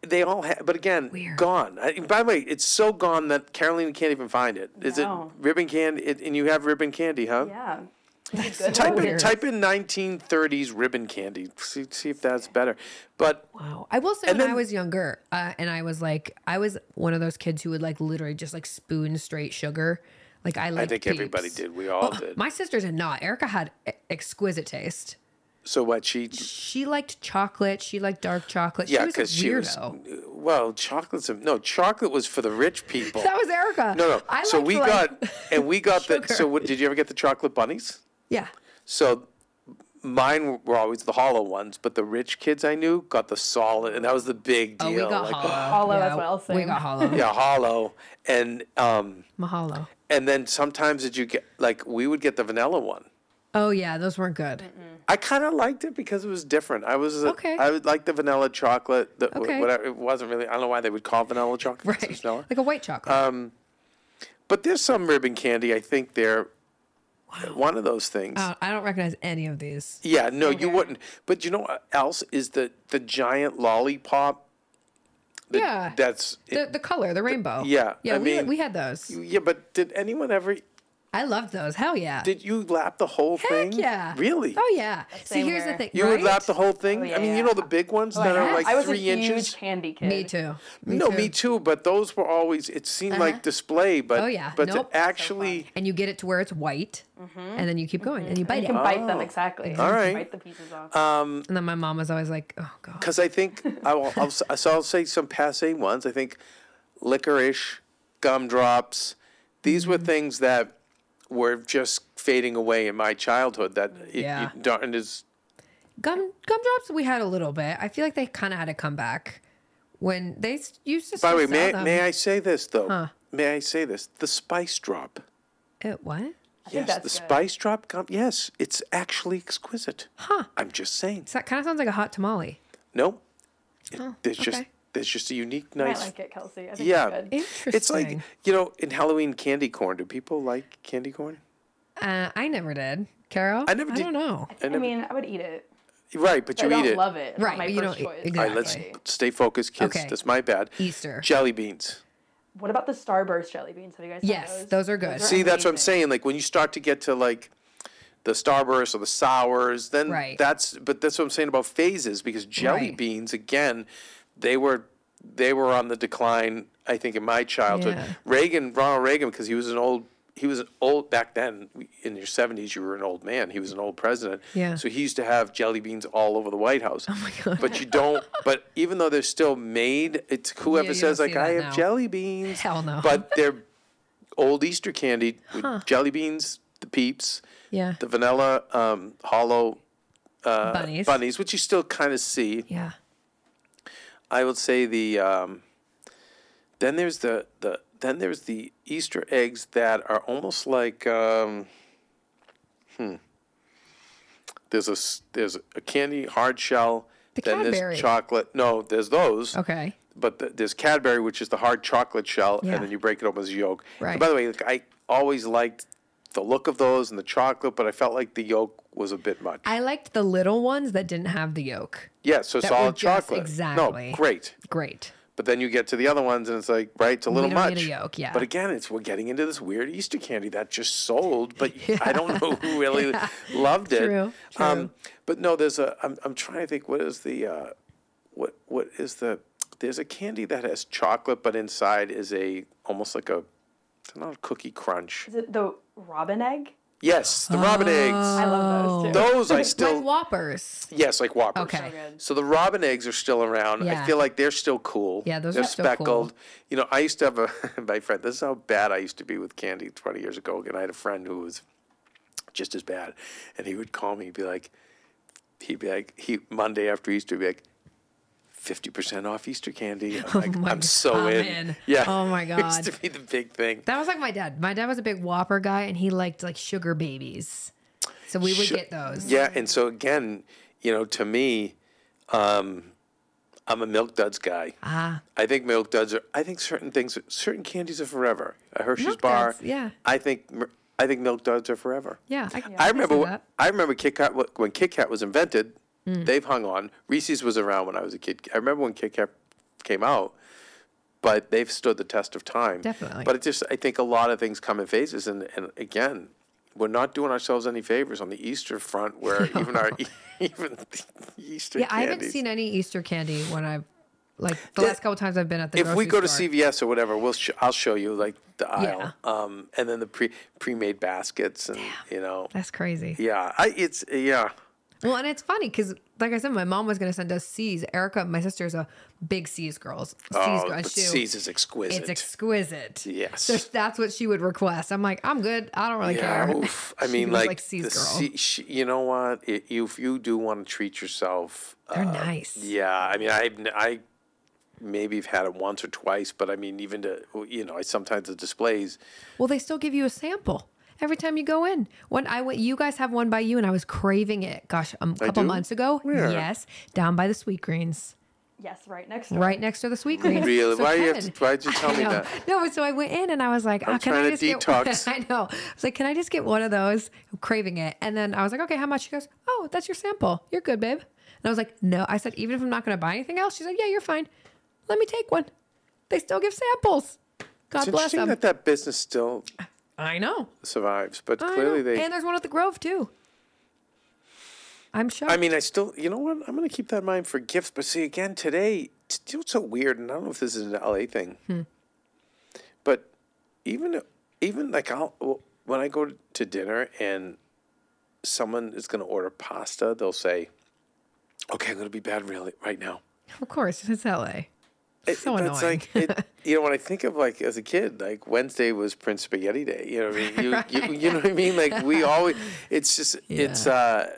S1: they all have but again
S2: Weird.
S1: gone I, by the way it's so gone that carolina can't even find it is
S3: No.
S1: it ribbon candy it, and you have ribbon candy huh
S3: Yeah.
S1: type in
S2: Weird.
S1: type in 1930s ribbon candy see, see if that's better but
S2: Wow. I will say
S1: And
S2: when I
S1: then-
S2: was younger, uh, and I was like, I was one of those kids who would like literally just like spoon straight sugar. Like I like.
S1: i think everybody did we all did
S2: Oh, My sister did not. Erica had e- exquisite taste.
S1: so what she
S2: She liked chocolate. She liked dark chocolate.
S1: yeah
S2: she was
S1: because
S2: a
S1: she was
S2: weirdo.
S1: well chocolate's a, no chocolate was for the rich people
S2: that was Erica.
S1: No, no.
S2: I
S1: so
S2: liked,
S1: we
S2: like-
S1: got, and we got the. So
S2: sugar.
S1: what, did you ever get the chocolate bunnies?
S2: yeah.
S1: So mine were always the hollow ones, but the rich kids I knew got the solid, and that was the big deal.
S2: Oh, we got
S1: like, uh,
S2: hollow.
S3: Hollow, that's what I'll
S2: We
S3: say.
S2: got hollow.
S1: Yeah, hollow, and um,
S2: Mahalo.
S1: and then sometimes did you get like we would get the vanilla one.
S2: Oh yeah, those weren't good.
S1: I kind of liked it because it was different. I was a,
S2: Okay.
S1: I would like the vanilla chocolate. The,
S2: Okay.
S1: whatever, it wasn't really. I don't know why they would call vanilla chocolate
S2: Right.
S1: vanilla.
S2: Like a white chocolate.
S1: Um, But there's some ribbon candy. I think they're one of those things.
S2: Uh, I don't recognize any of these.
S1: Yeah, no, you wouldn't. But you know what else is the the giant lollipop? that-
S2: Yeah.
S1: That's
S2: The, the color, the rainbow.
S1: yeah,
S2: Yeah,
S1: I
S2: we,
S1: mean-
S2: we had those.
S1: yeah, but did anyone ever
S2: I loved those. Hell yeah.
S1: did you lap the whole
S2: Heck
S1: thing?
S2: yeah.
S1: Really?
S2: Oh yeah. See,
S3: same
S2: here's the
S3: here.
S2: thing.
S1: You
S2: right? Oh,
S1: would lap the whole thing?
S3: yeah,
S1: I mean, you
S3: yeah.
S1: know the big ones that are
S2: yes.
S1: like
S3: I was a
S1: three
S3: huge
S1: inches?
S3: candy kid.
S2: Me too. Me
S1: no,
S2: too.
S1: me too, but those were always it seemed like display, but
S2: Oh, yeah.
S1: but
S2: Nope.
S1: to actually
S2: And you get it to where it's white, and then you keep going, and you bite
S3: Mm-hmm. You
S2: it.
S3: can bite them exactly.
S1: Oh. All
S3: You can
S1: right. Uh,
S3: Bite the pieces off.
S2: And then my mom was always like, "Oh god."
S1: because I think I will, I'll, s- so I'll say some passe ones. I think licorice, gumdrops. These were things that were just fading away in my childhood. That it,
S2: Yeah.
S1: you don't, and is
S2: Gum gumdrops we had a little bit. I feel like they kind of had to come back when they s- used to.
S1: by the way,
S2: still
S1: may,
S2: sell
S1: may
S2: them.
S1: I say this though? May I say this? The spice drop.
S2: It, what?
S3: I
S1: yes,
S3: think that's
S1: the
S3: good.
S1: spice drop. Gum, yes, it's actually exquisite. Huh? I'm just saying.
S2: So that kind of sounds like a hot tamale.
S1: No, it- there's just
S2: okay.
S1: there's just a unique,
S3: I
S1: nice.
S3: like it, Kelsey. I think
S1: yeah,
S3: it's good.
S2: Interesting.
S1: it's like you know in Halloween candy corn. Do people like candy corn?
S2: uh, I never did, Carol.
S1: I never
S2: I
S1: did-
S2: don't know.
S1: I
S3: I,
S1: never-
S3: mean, I would eat it.
S1: Right, but you
S3: I don't
S1: eat it.
S3: love it. It's
S2: Right,
S3: Not my
S2: you don't
S3: first
S2: eat-
S3: choice.
S2: exactly.
S1: All right, let's stay focused, kids.
S2: Okay.
S1: That's my bad.
S2: Easter.
S1: Jelly beans.
S3: What about the Starburst jelly beans? Have you guys? had
S2: Yes,
S3: those?
S2: those are good.
S1: See, that's what I'm saying. Like when you start to get to like the Starburst or the Sours, then
S2: Right.
S1: that's. But that's what I'm saying about phases because jelly
S2: Right.
S1: beans again, they were they were on the decline. I think in my childhood,
S2: Yeah.
S1: Reagan, Ronald Reagan, because he was an old. He was an old back then. In your seventies, you were an old man. He was an old president.
S2: Yeah.
S1: So he used to have jelly beans all over the White House. Oh my god! But you don't. But even though they're still made, it's whoever
S2: you don't
S1: says like
S2: see that
S1: I have
S2: now.
S1: jelly beans.
S2: Hell no.
S1: But they're old Easter candy with jelly beans, the peeps,
S2: Yeah.
S1: the vanilla um, hollow
S2: bunnies.
S1: bunnies, which you still kind of see.
S2: Yeah.
S1: I would say the um, then there's the, the then there's the Easter eggs that are almost like um, hmm. There's a s- there's a candy hard shell.
S2: The
S1: then
S2: Cadbury.
S1: there's chocolate. No, there's those.
S2: Okay.
S1: But the, there's Cadbury, which is the hard chocolate shell,
S2: Yeah.
S1: and then you break it open as a yolk. And
S2: Right.
S1: by the way, like, I always liked the look of those and the chocolate, but I felt like the yolk was a bit much.
S2: I liked the little ones that didn't have the yolk.
S1: yeah, so
S2: that were
S1: solid
S2: just
S1: chocolate.
S2: exactly-
S1: No, great.
S2: Great.
S1: But then you get to the other ones, and it's like, right, it's a little
S2: don't
S1: much.
S2: need a yolk, yeah.
S1: But again, it's we're getting into this weird Easter candy that just sold, but I don't know who really loved it.
S2: True,
S1: Um, but no, there's a. I'm I'm trying to think. What is the uh, what what is the there's a candy that has chocolate, but inside is a almost like a it's not a cookie crunch.
S3: Is it the robin egg?
S1: Yes, the robin eggs.
S3: I
S2: Oh.
S3: love those too.
S1: Those I
S2: like
S1: still
S2: Whoppers.
S1: yes, like Whoppers.
S2: Okay.
S1: So the robin eggs are still around.
S2: Yeah.
S1: I feel like they're still cool.
S2: Yeah, those
S1: they're
S2: are still cool.
S1: speckled. You know, I used to have a my friend. This is how bad I used to be with candy 20 years ago. And I had a friend who was just as bad, and he would call me. He'd be like, he'd be like, he Monday after Easter, he'd be like, fifty percent off Easter candy. I'm like,
S2: Oh my
S1: I'm so
S2: God,
S1: in.
S2: man.
S1: Yeah.
S2: Oh my
S1: It used
S2: God.
S1: to be the big thing.
S2: That was like my dad. My dad was a big Whopper guy, and he liked like sugar babies. So we would
S1: Shu-
S2: get those.
S1: Yeah, and so again, you know, to me, um, I'm a milk duds guy. Ah. I think milk duds are. I think certain things, certain candies are forever. A Hershey's
S2: Milk
S1: bar.
S2: Duds, yeah.
S1: I think. mer- I think milk duds are forever.
S2: Yeah, I,
S1: I
S2: see
S1: remember. wh-
S2: that. Mm.
S1: I remember Kit Kat wh- when Kit Kat was invented. They've hung on. Reese's was around when I was a kid. I remember when Kit Kat came out, but they've stood the test of time.
S2: Definitely.
S1: But it just, I think a lot of things come in phases, and, and again, we're not doing ourselves any favors on the Easter front, where even our even the Easter.
S2: Yeah, I haven't
S1: candies-
S2: seen any Easter candy when I've like the
S1: That-
S2: last couple times I've been at the.
S1: If we
S2: grocery
S1: go to
S2: store.
S1: CVS or whatever, we'll sh- I'll show you like the
S2: Yeah.
S1: aisle, um, and then the pre pre-made baskets, and you know,
S2: that's crazy.
S1: yeah, I, it's yeah.
S2: Well, and it's funny because, like I said, my mom was going to send us C's. Erica, my sister, is a big C's girls. C's
S1: Oh,
S2: girl.
S1: but
S2: she-
S1: C's is exquisite.
S2: It's exquisite.
S1: Yes.
S2: So that's what she would request. I'm like, I'm good. I don't really
S1: Yeah,
S2: care.
S1: oof. I
S2: She
S1: mean,
S2: was
S1: like,
S2: C's
S1: the
S2: girl.
S1: C- sh- you know what? I- if you do want to treat yourself, uh,
S2: They're nice.
S1: yeah. I mean, I, I maybe have had it once or twice, but I mean, even to you know, I sometimes the displays.
S2: Well, they still give you a sample every time you go in. When I went, you guys have one by you, and I was craving it. Gosh, um, a couple
S1: do?
S2: months ago. Yes, down by the sweet greens,
S3: Yes, right next door.
S2: right next to the sweet greens.
S1: Really?
S2: So
S1: why you have
S2: Ken-
S1: to? Why'd you tell me
S2: No,
S1: that?
S2: no. but So I went in and I was like, oh, can I
S1: trying
S2: just
S1: to detox.
S2: get? I know. I was like, can I just get one of those? I'm craving it. And then I was like, okay, how much? She goes, oh, that's your sample. You're good, babe. And I was like, no. I said, even if I'm not going to buy anything else, she's like, yeah, you're fine. Let me take one. They still give samples. God
S1: It's
S2: bless
S1: interesting
S2: them.
S1: that that business still
S2: I know.
S1: survives, but
S2: I
S1: clearly
S2: know.
S1: they.
S2: and there's one at the Grove too. I'm shocked.
S1: I mean, I still, you know what? I'm going to keep that in mind for gifts. But see, again, today, t- you know what's so weird, and I don't know if this is an LA thing, but even even like I'll w- when I go to dinner and someone is going to order pasta, they'll say, "Okay, I'm going to be bad really right now."
S2: of course, it's LA.
S1: It-
S2: So
S1: that's
S2: annoying.
S1: like it, you know when I think of like as a kid, like Wednesday was Prince Spaghetti Day. You know what I mean? You, you, you know what I mean? Like we always, it's just it's uh.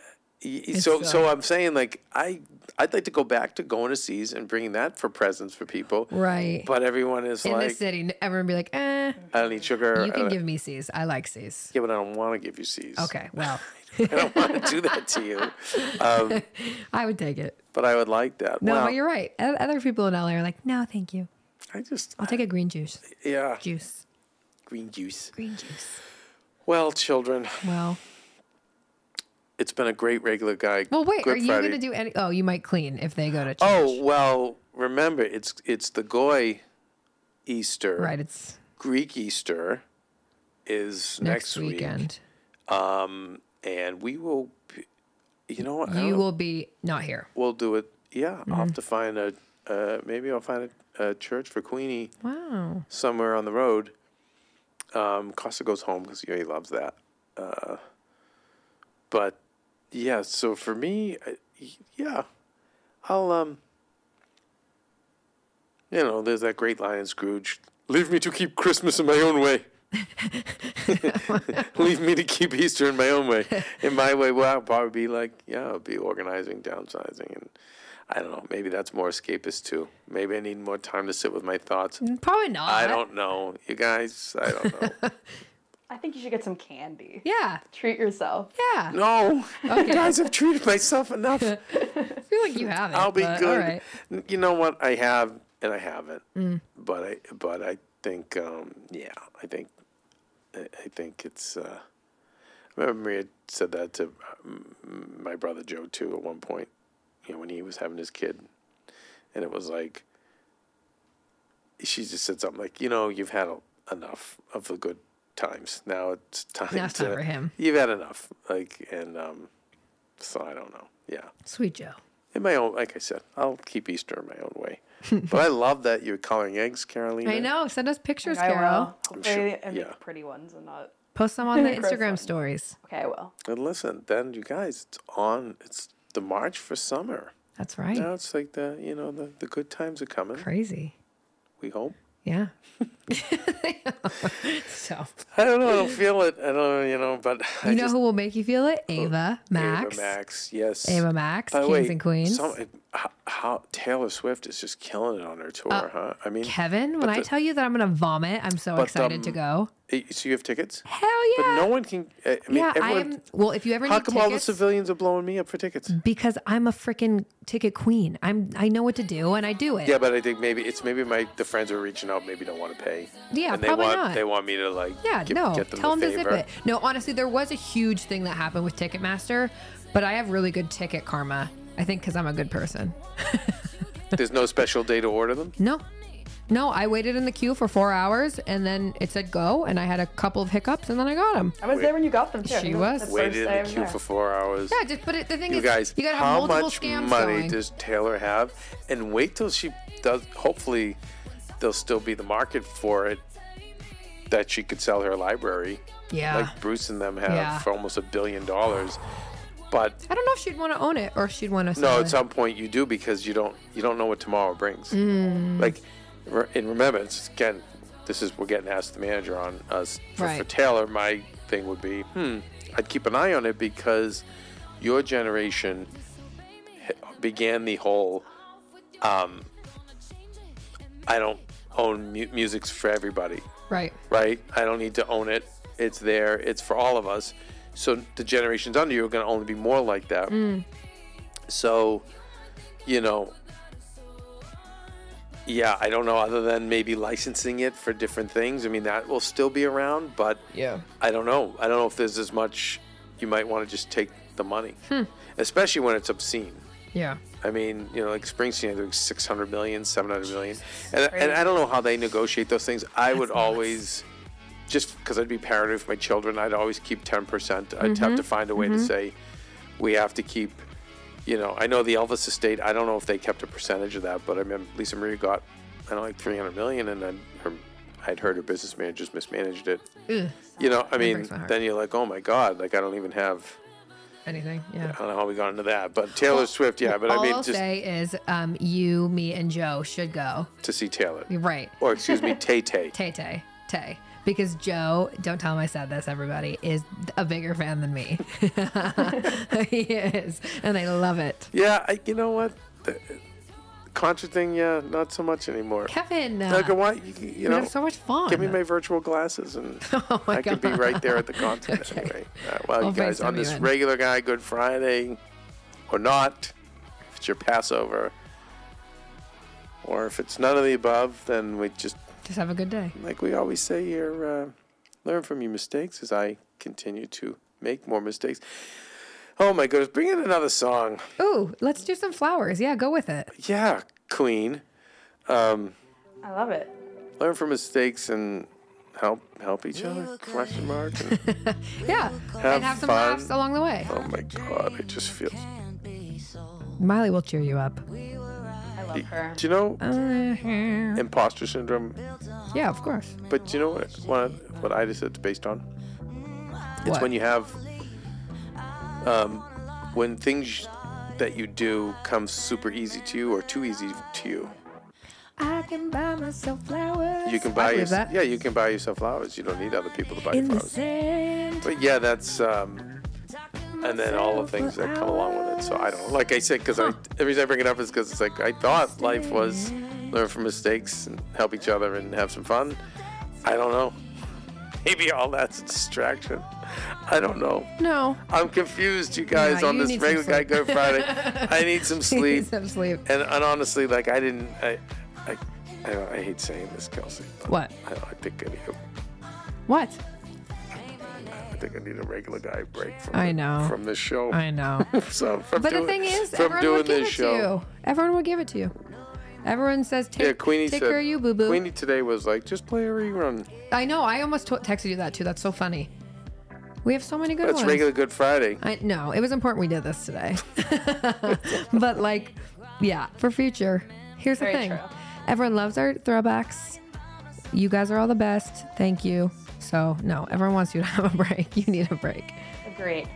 S1: y- y- So so I'm saying like I I'd like to go back to going to seas and bringing that for presents for people.
S2: Right.
S1: But everyone is
S2: In
S1: like
S2: the city, everyone be like, eh,
S1: I don't need sugar.
S2: you
S1: I
S2: can
S1: don't-
S2: give me C's. I like C's.
S1: yeah, but I don't want to give you seas.
S2: Okay, well,
S1: I don't want to do that to you.
S2: I would take it.
S1: But I would like that.
S2: No,
S1: Wow.
S2: but you're right. O- Other people in LA are like, no, thank you.
S1: I just
S2: I'll take a green juice.
S1: yeah
S2: Juice.
S1: green juice.
S2: Green juice.
S1: Well, children,
S2: Well,
S1: it's been a great regular guy.
S2: well, wait.
S1: Good
S2: are you
S1: Friday.
S2: going to do any? Oh, you might clean if they go to church.
S1: Oh well, remember it's it's the goy Easter.
S2: right. It's
S1: Greek Easter is
S2: next,
S1: next,
S2: weekend.
S1: week, and we will. p- You know what? I
S2: You
S1: don't-
S2: will Mm-hmm. be not here.
S1: We'll do it. Yeah, I'll have to find a. Uh, maybe I'll find a, a church for Queenie
S2: Wow.
S1: somewhere on the road. Um, Costa goes home because you know, he loves that. Uh, but yeah, so for me, I, yeah, I'll um, you know, there's that great line in Scrooge: "Leave me to keep Christmas in my own way." Leave me to keep Easter in my own way. In my way, well, I'll probably be like, yeah, I'll be organizing, downsizing, and I don't know. Maybe that's more escapist too. Maybe I need more time to sit with my thoughts.
S2: Probably not.
S1: I don't know. You guys, I don't know.
S3: I think you should get some candy.
S2: Yeah.
S3: Treat yourself.
S2: Yeah.
S1: no. You guys, I've treated myself enough.
S2: I feel like you have it.
S1: I'll be
S2: but
S1: good.
S2: All right. Mm.
S1: N- You know what? I have and I haven't. But I but I think um yeah, I think I, I think it's uh I remember Maria said that to um, my brother Joe too at one point, you know, when he was having his kid. And it was like she just said something like, "You know, you've had a, enough of the good times. Now it's time
S2: Now it's
S1: to
S2: time for him."
S1: You've had enough." Like and um so I don't know. Yeah
S2: Sweet Joe.
S1: in my own like i said i'll keep easter in my own way but i love that you're coloring eggs carolina
S2: I know. Send us pictures,
S3: I will.
S2: Carol.
S3: Hopefully,
S1: sure-
S3: I make
S1: yeah.
S3: pretty ones and not.
S2: Post them on the
S3: Gross
S2: Instagram
S3: one.
S2: stories.
S3: Okay, I will.
S1: and listen then you guys it's on it's the march for summer
S2: That's right.
S1: now it's like the you know the, the good times are coming
S2: Crazy.
S1: we hope
S2: Yeah. So
S1: I don't know. I don't feel it. I don't, you know, but I
S2: you know
S1: just, Oh,
S2: who will make you feel it? Ava
S1: Ava
S2: Max.
S1: Max, yes.
S2: Ava Max,
S1: By the
S2: Kings
S1: way,
S2: and Queens.
S1: some- how, how- Taylor Swift is just killing it on her tour, huh? I mean,
S2: Uh, Kevin, when
S1: but
S2: I
S1: the-
S2: tell you that I'm gonna vomit, I'm so
S1: but,
S2: excited to
S1: um,
S2: go.
S1: eh, so you have tickets,
S2: Hell yeah!
S1: but no one can. I I mean,
S2: yeah,
S1: everyone.
S2: I'm. Well, if you ever
S1: how
S2: need
S1: come
S2: tickets, Mm.
S1: all the civilians are blowing me up for tickets?
S2: because I'm a freaking ticket queen. I'm. I know what to do, and I do it.
S1: Yeah, but I think maybe it's maybe my the friends who are reaching out maybe don't want to pay.
S2: Yeah,
S1: and they
S2: probably
S1: want
S2: not.
S1: they want me to like
S2: Yeah,
S1: gi-
S2: no.
S1: get them
S2: Tell
S1: the
S2: them to zip
S1: favor.
S2: it. No, honestly, there was a huge thing that happened with Ticketmaster, but I have really good ticket karma. I think because I'm a good person.
S1: There's no special day to order them.
S2: No. No, I waited in the queue for four hours and then it said go, and I had a couple of hiccups and then I got them.
S3: I was there when you got them too.
S2: She
S3: It
S2: was.
S3: the first
S1: Waited
S3: day I
S1: in the
S3: was
S1: queue
S3: there.
S1: for four hours.
S2: Yeah, just, but it, the thing
S1: you
S2: is,
S1: guys,
S2: you gotta have
S1: how
S2: multiple
S1: much
S2: scams
S1: money
S2: going.
S1: does Taylor have? And wait till she does. Hopefully, there'll still be the market for it that she could sell her library,
S2: yeah.
S1: like Bruce and them have
S2: Ah. Yeah.
S1: for almost a billion dollars. But
S2: I don't know if she'd want to own it or if she'd want to sell
S1: no,
S2: it.
S1: at some point you do because you don't you don't know what tomorrow brings. Like, re- and remember, it's again, this is we're getting asked the manager on us for, for
S2: Right.
S1: Taylor. My thing would be, hmm, I'd keep an eye on it because your generation h- began the whole, um, I don't own mu- music's for everybody
S2: right.
S1: right? I don't need to own it. It's there. It's for all of us. So the generations under you are going to only be more like that. So, you know, yeah, I don't know. Other than maybe licensing it for different things, I mean that will still be around, but
S2: Yeah.
S1: I don't know. I don't know if there's as much. You might want to just take the money, especially when it's obscene.
S2: Yeah.
S1: I mean, you know, like Springsteen, I think 600 million, 700 million. And, and I don't know how they negotiate those things. I would always, just because I'd be paranoid for my children, I'd always keep 10%. percent I'd
S2: Mm-hmm.
S1: have to find a way to say, we have to keep, you know, I know the Elvis estate, I don't know if they kept a percentage of that, but I mean, Lisa Marie got, I don't know, like 300 million, and then her, I'd heard her business managers mismanaged it. You know, I mean,
S2: breaks my heart.
S1: then you're like, oh my God, like I don't even have,
S2: Anything. Yeah.
S1: I don't know how we got into that, but Taylor Swift, yeah, but
S2: All
S1: I mean,
S2: will
S1: just
S2: say is, um, you, me, and Joe should go.
S1: to see Taylor.
S2: You're right.
S1: or excuse me, Tay Tay.
S2: Tay Tay. Tay. Because Joe, don't tell him I said this, everybody, is a bigger fan than me. he is. And I love it.
S1: Yeah, I, you know what? The concert thing, yeah, not so much anymore.
S2: Kevin. Uh,
S1: Like, why? You, you
S2: we
S1: know,
S2: have so much fun.
S1: give me my virtual glasses, and
S2: my
S1: I could be right there at the concert anyway. All right, well,
S2: I'll
S1: you guys,
S2: FaceTime
S1: on
S2: you
S1: this
S2: in.
S1: regular guy Good Friday, or not, if it's your Passover, or if it's none of the above, then we just
S2: Just have a good day.
S1: like we always say here, uh, learn from your mistakes as I continue to make more mistakes. Oh my goodness, bring in another song.
S2: Ooh, let's do some flowers. Yeah, go with it.
S1: Yeah, Queen. Um,
S3: I love it.
S1: learn from mistakes and help help each other. Question mark. And
S2: Yeah. and have some
S1: fun.
S2: laughs along the way.
S1: oh my God, it just feels.
S2: Miley will cheer you up.
S3: I love her.
S1: Do you know
S2: Uh-huh.
S1: imposter syndrome?
S2: Yeah, of course.
S1: But do you know what what, what I just said it's based on? It's
S2: What?
S1: when you have um, when things that you do come super easy to you or too easy to you.
S2: I can buy myself flowers.
S1: You can
S2: I
S1: buy
S2: believe
S1: yourself
S2: that.
S1: yeah, you can buy yourself flowers. You don't need other people to buy you
S2: In the
S1: flowers.
S2: sand.
S1: But yeah, that's um, and then all the things that come along with it. So I don't know. Like I said, because I the reason I bring it up is because it's like I thought life was learn from mistakes and help each other and have some fun. I don't know. Maybe all that's a distraction. I don't know.
S2: No.
S1: I'm confused, you guys,
S2: Nah,
S1: on
S2: you
S1: this
S2: need some
S1: regular guy
S2: sleep.
S1: Good Friday. I need some sleep.
S2: Some sleep.
S1: And, and honestly, like I didn't. I, I, I, don't- I hate saying this, Kelsey. but
S2: What?
S1: I, don't- I think I need a,
S2: What?
S1: I think I need a regular guy break from
S2: I
S1: the-
S2: know.
S1: from this show.
S2: I know.
S1: So from
S2: But
S1: doing,
S2: the thing is,
S1: from
S2: everyone
S1: doing
S2: will give
S1: this
S2: it
S1: show,
S2: to you. Everyone will give it to you. Everyone says, take,
S1: yeah, Queenie
S2: take
S1: said,
S2: care of you, boo boo.
S1: Queenie today was like, just play a rerun.
S2: I know. I almost to- texted you that too. That's so funny. We have so many good
S1: That's
S2: ones.
S1: regular Good Friday.
S2: I no, it was important we did this today. but like, yeah, for future. Here's
S3: Very
S2: the thing.
S3: true.
S2: Everyone loves our throwbacks. You guys are all the best. Thank you. So no, everyone wants you to have a break. You need a break.
S3: Agreed.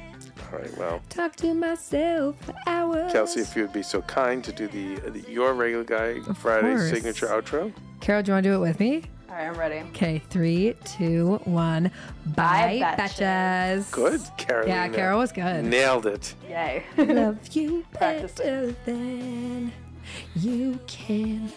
S1: All right, well,
S2: Talk to myself for hours.
S1: Kelsey, if you would be so kind to do uh, the, the your regular guy Friday
S2: course.
S1: signature outro.
S2: Carol, do you want to do it with me?
S3: All right, I'm ready.
S2: Okay, three, two, one. Bye,
S3: Bye,
S2: betches.
S3: betches.
S1: Good, Carol.
S2: Yeah, Carol was good.
S1: Nailed it.
S3: Yay.
S2: Love you
S3: Practice it.
S2: better than you can.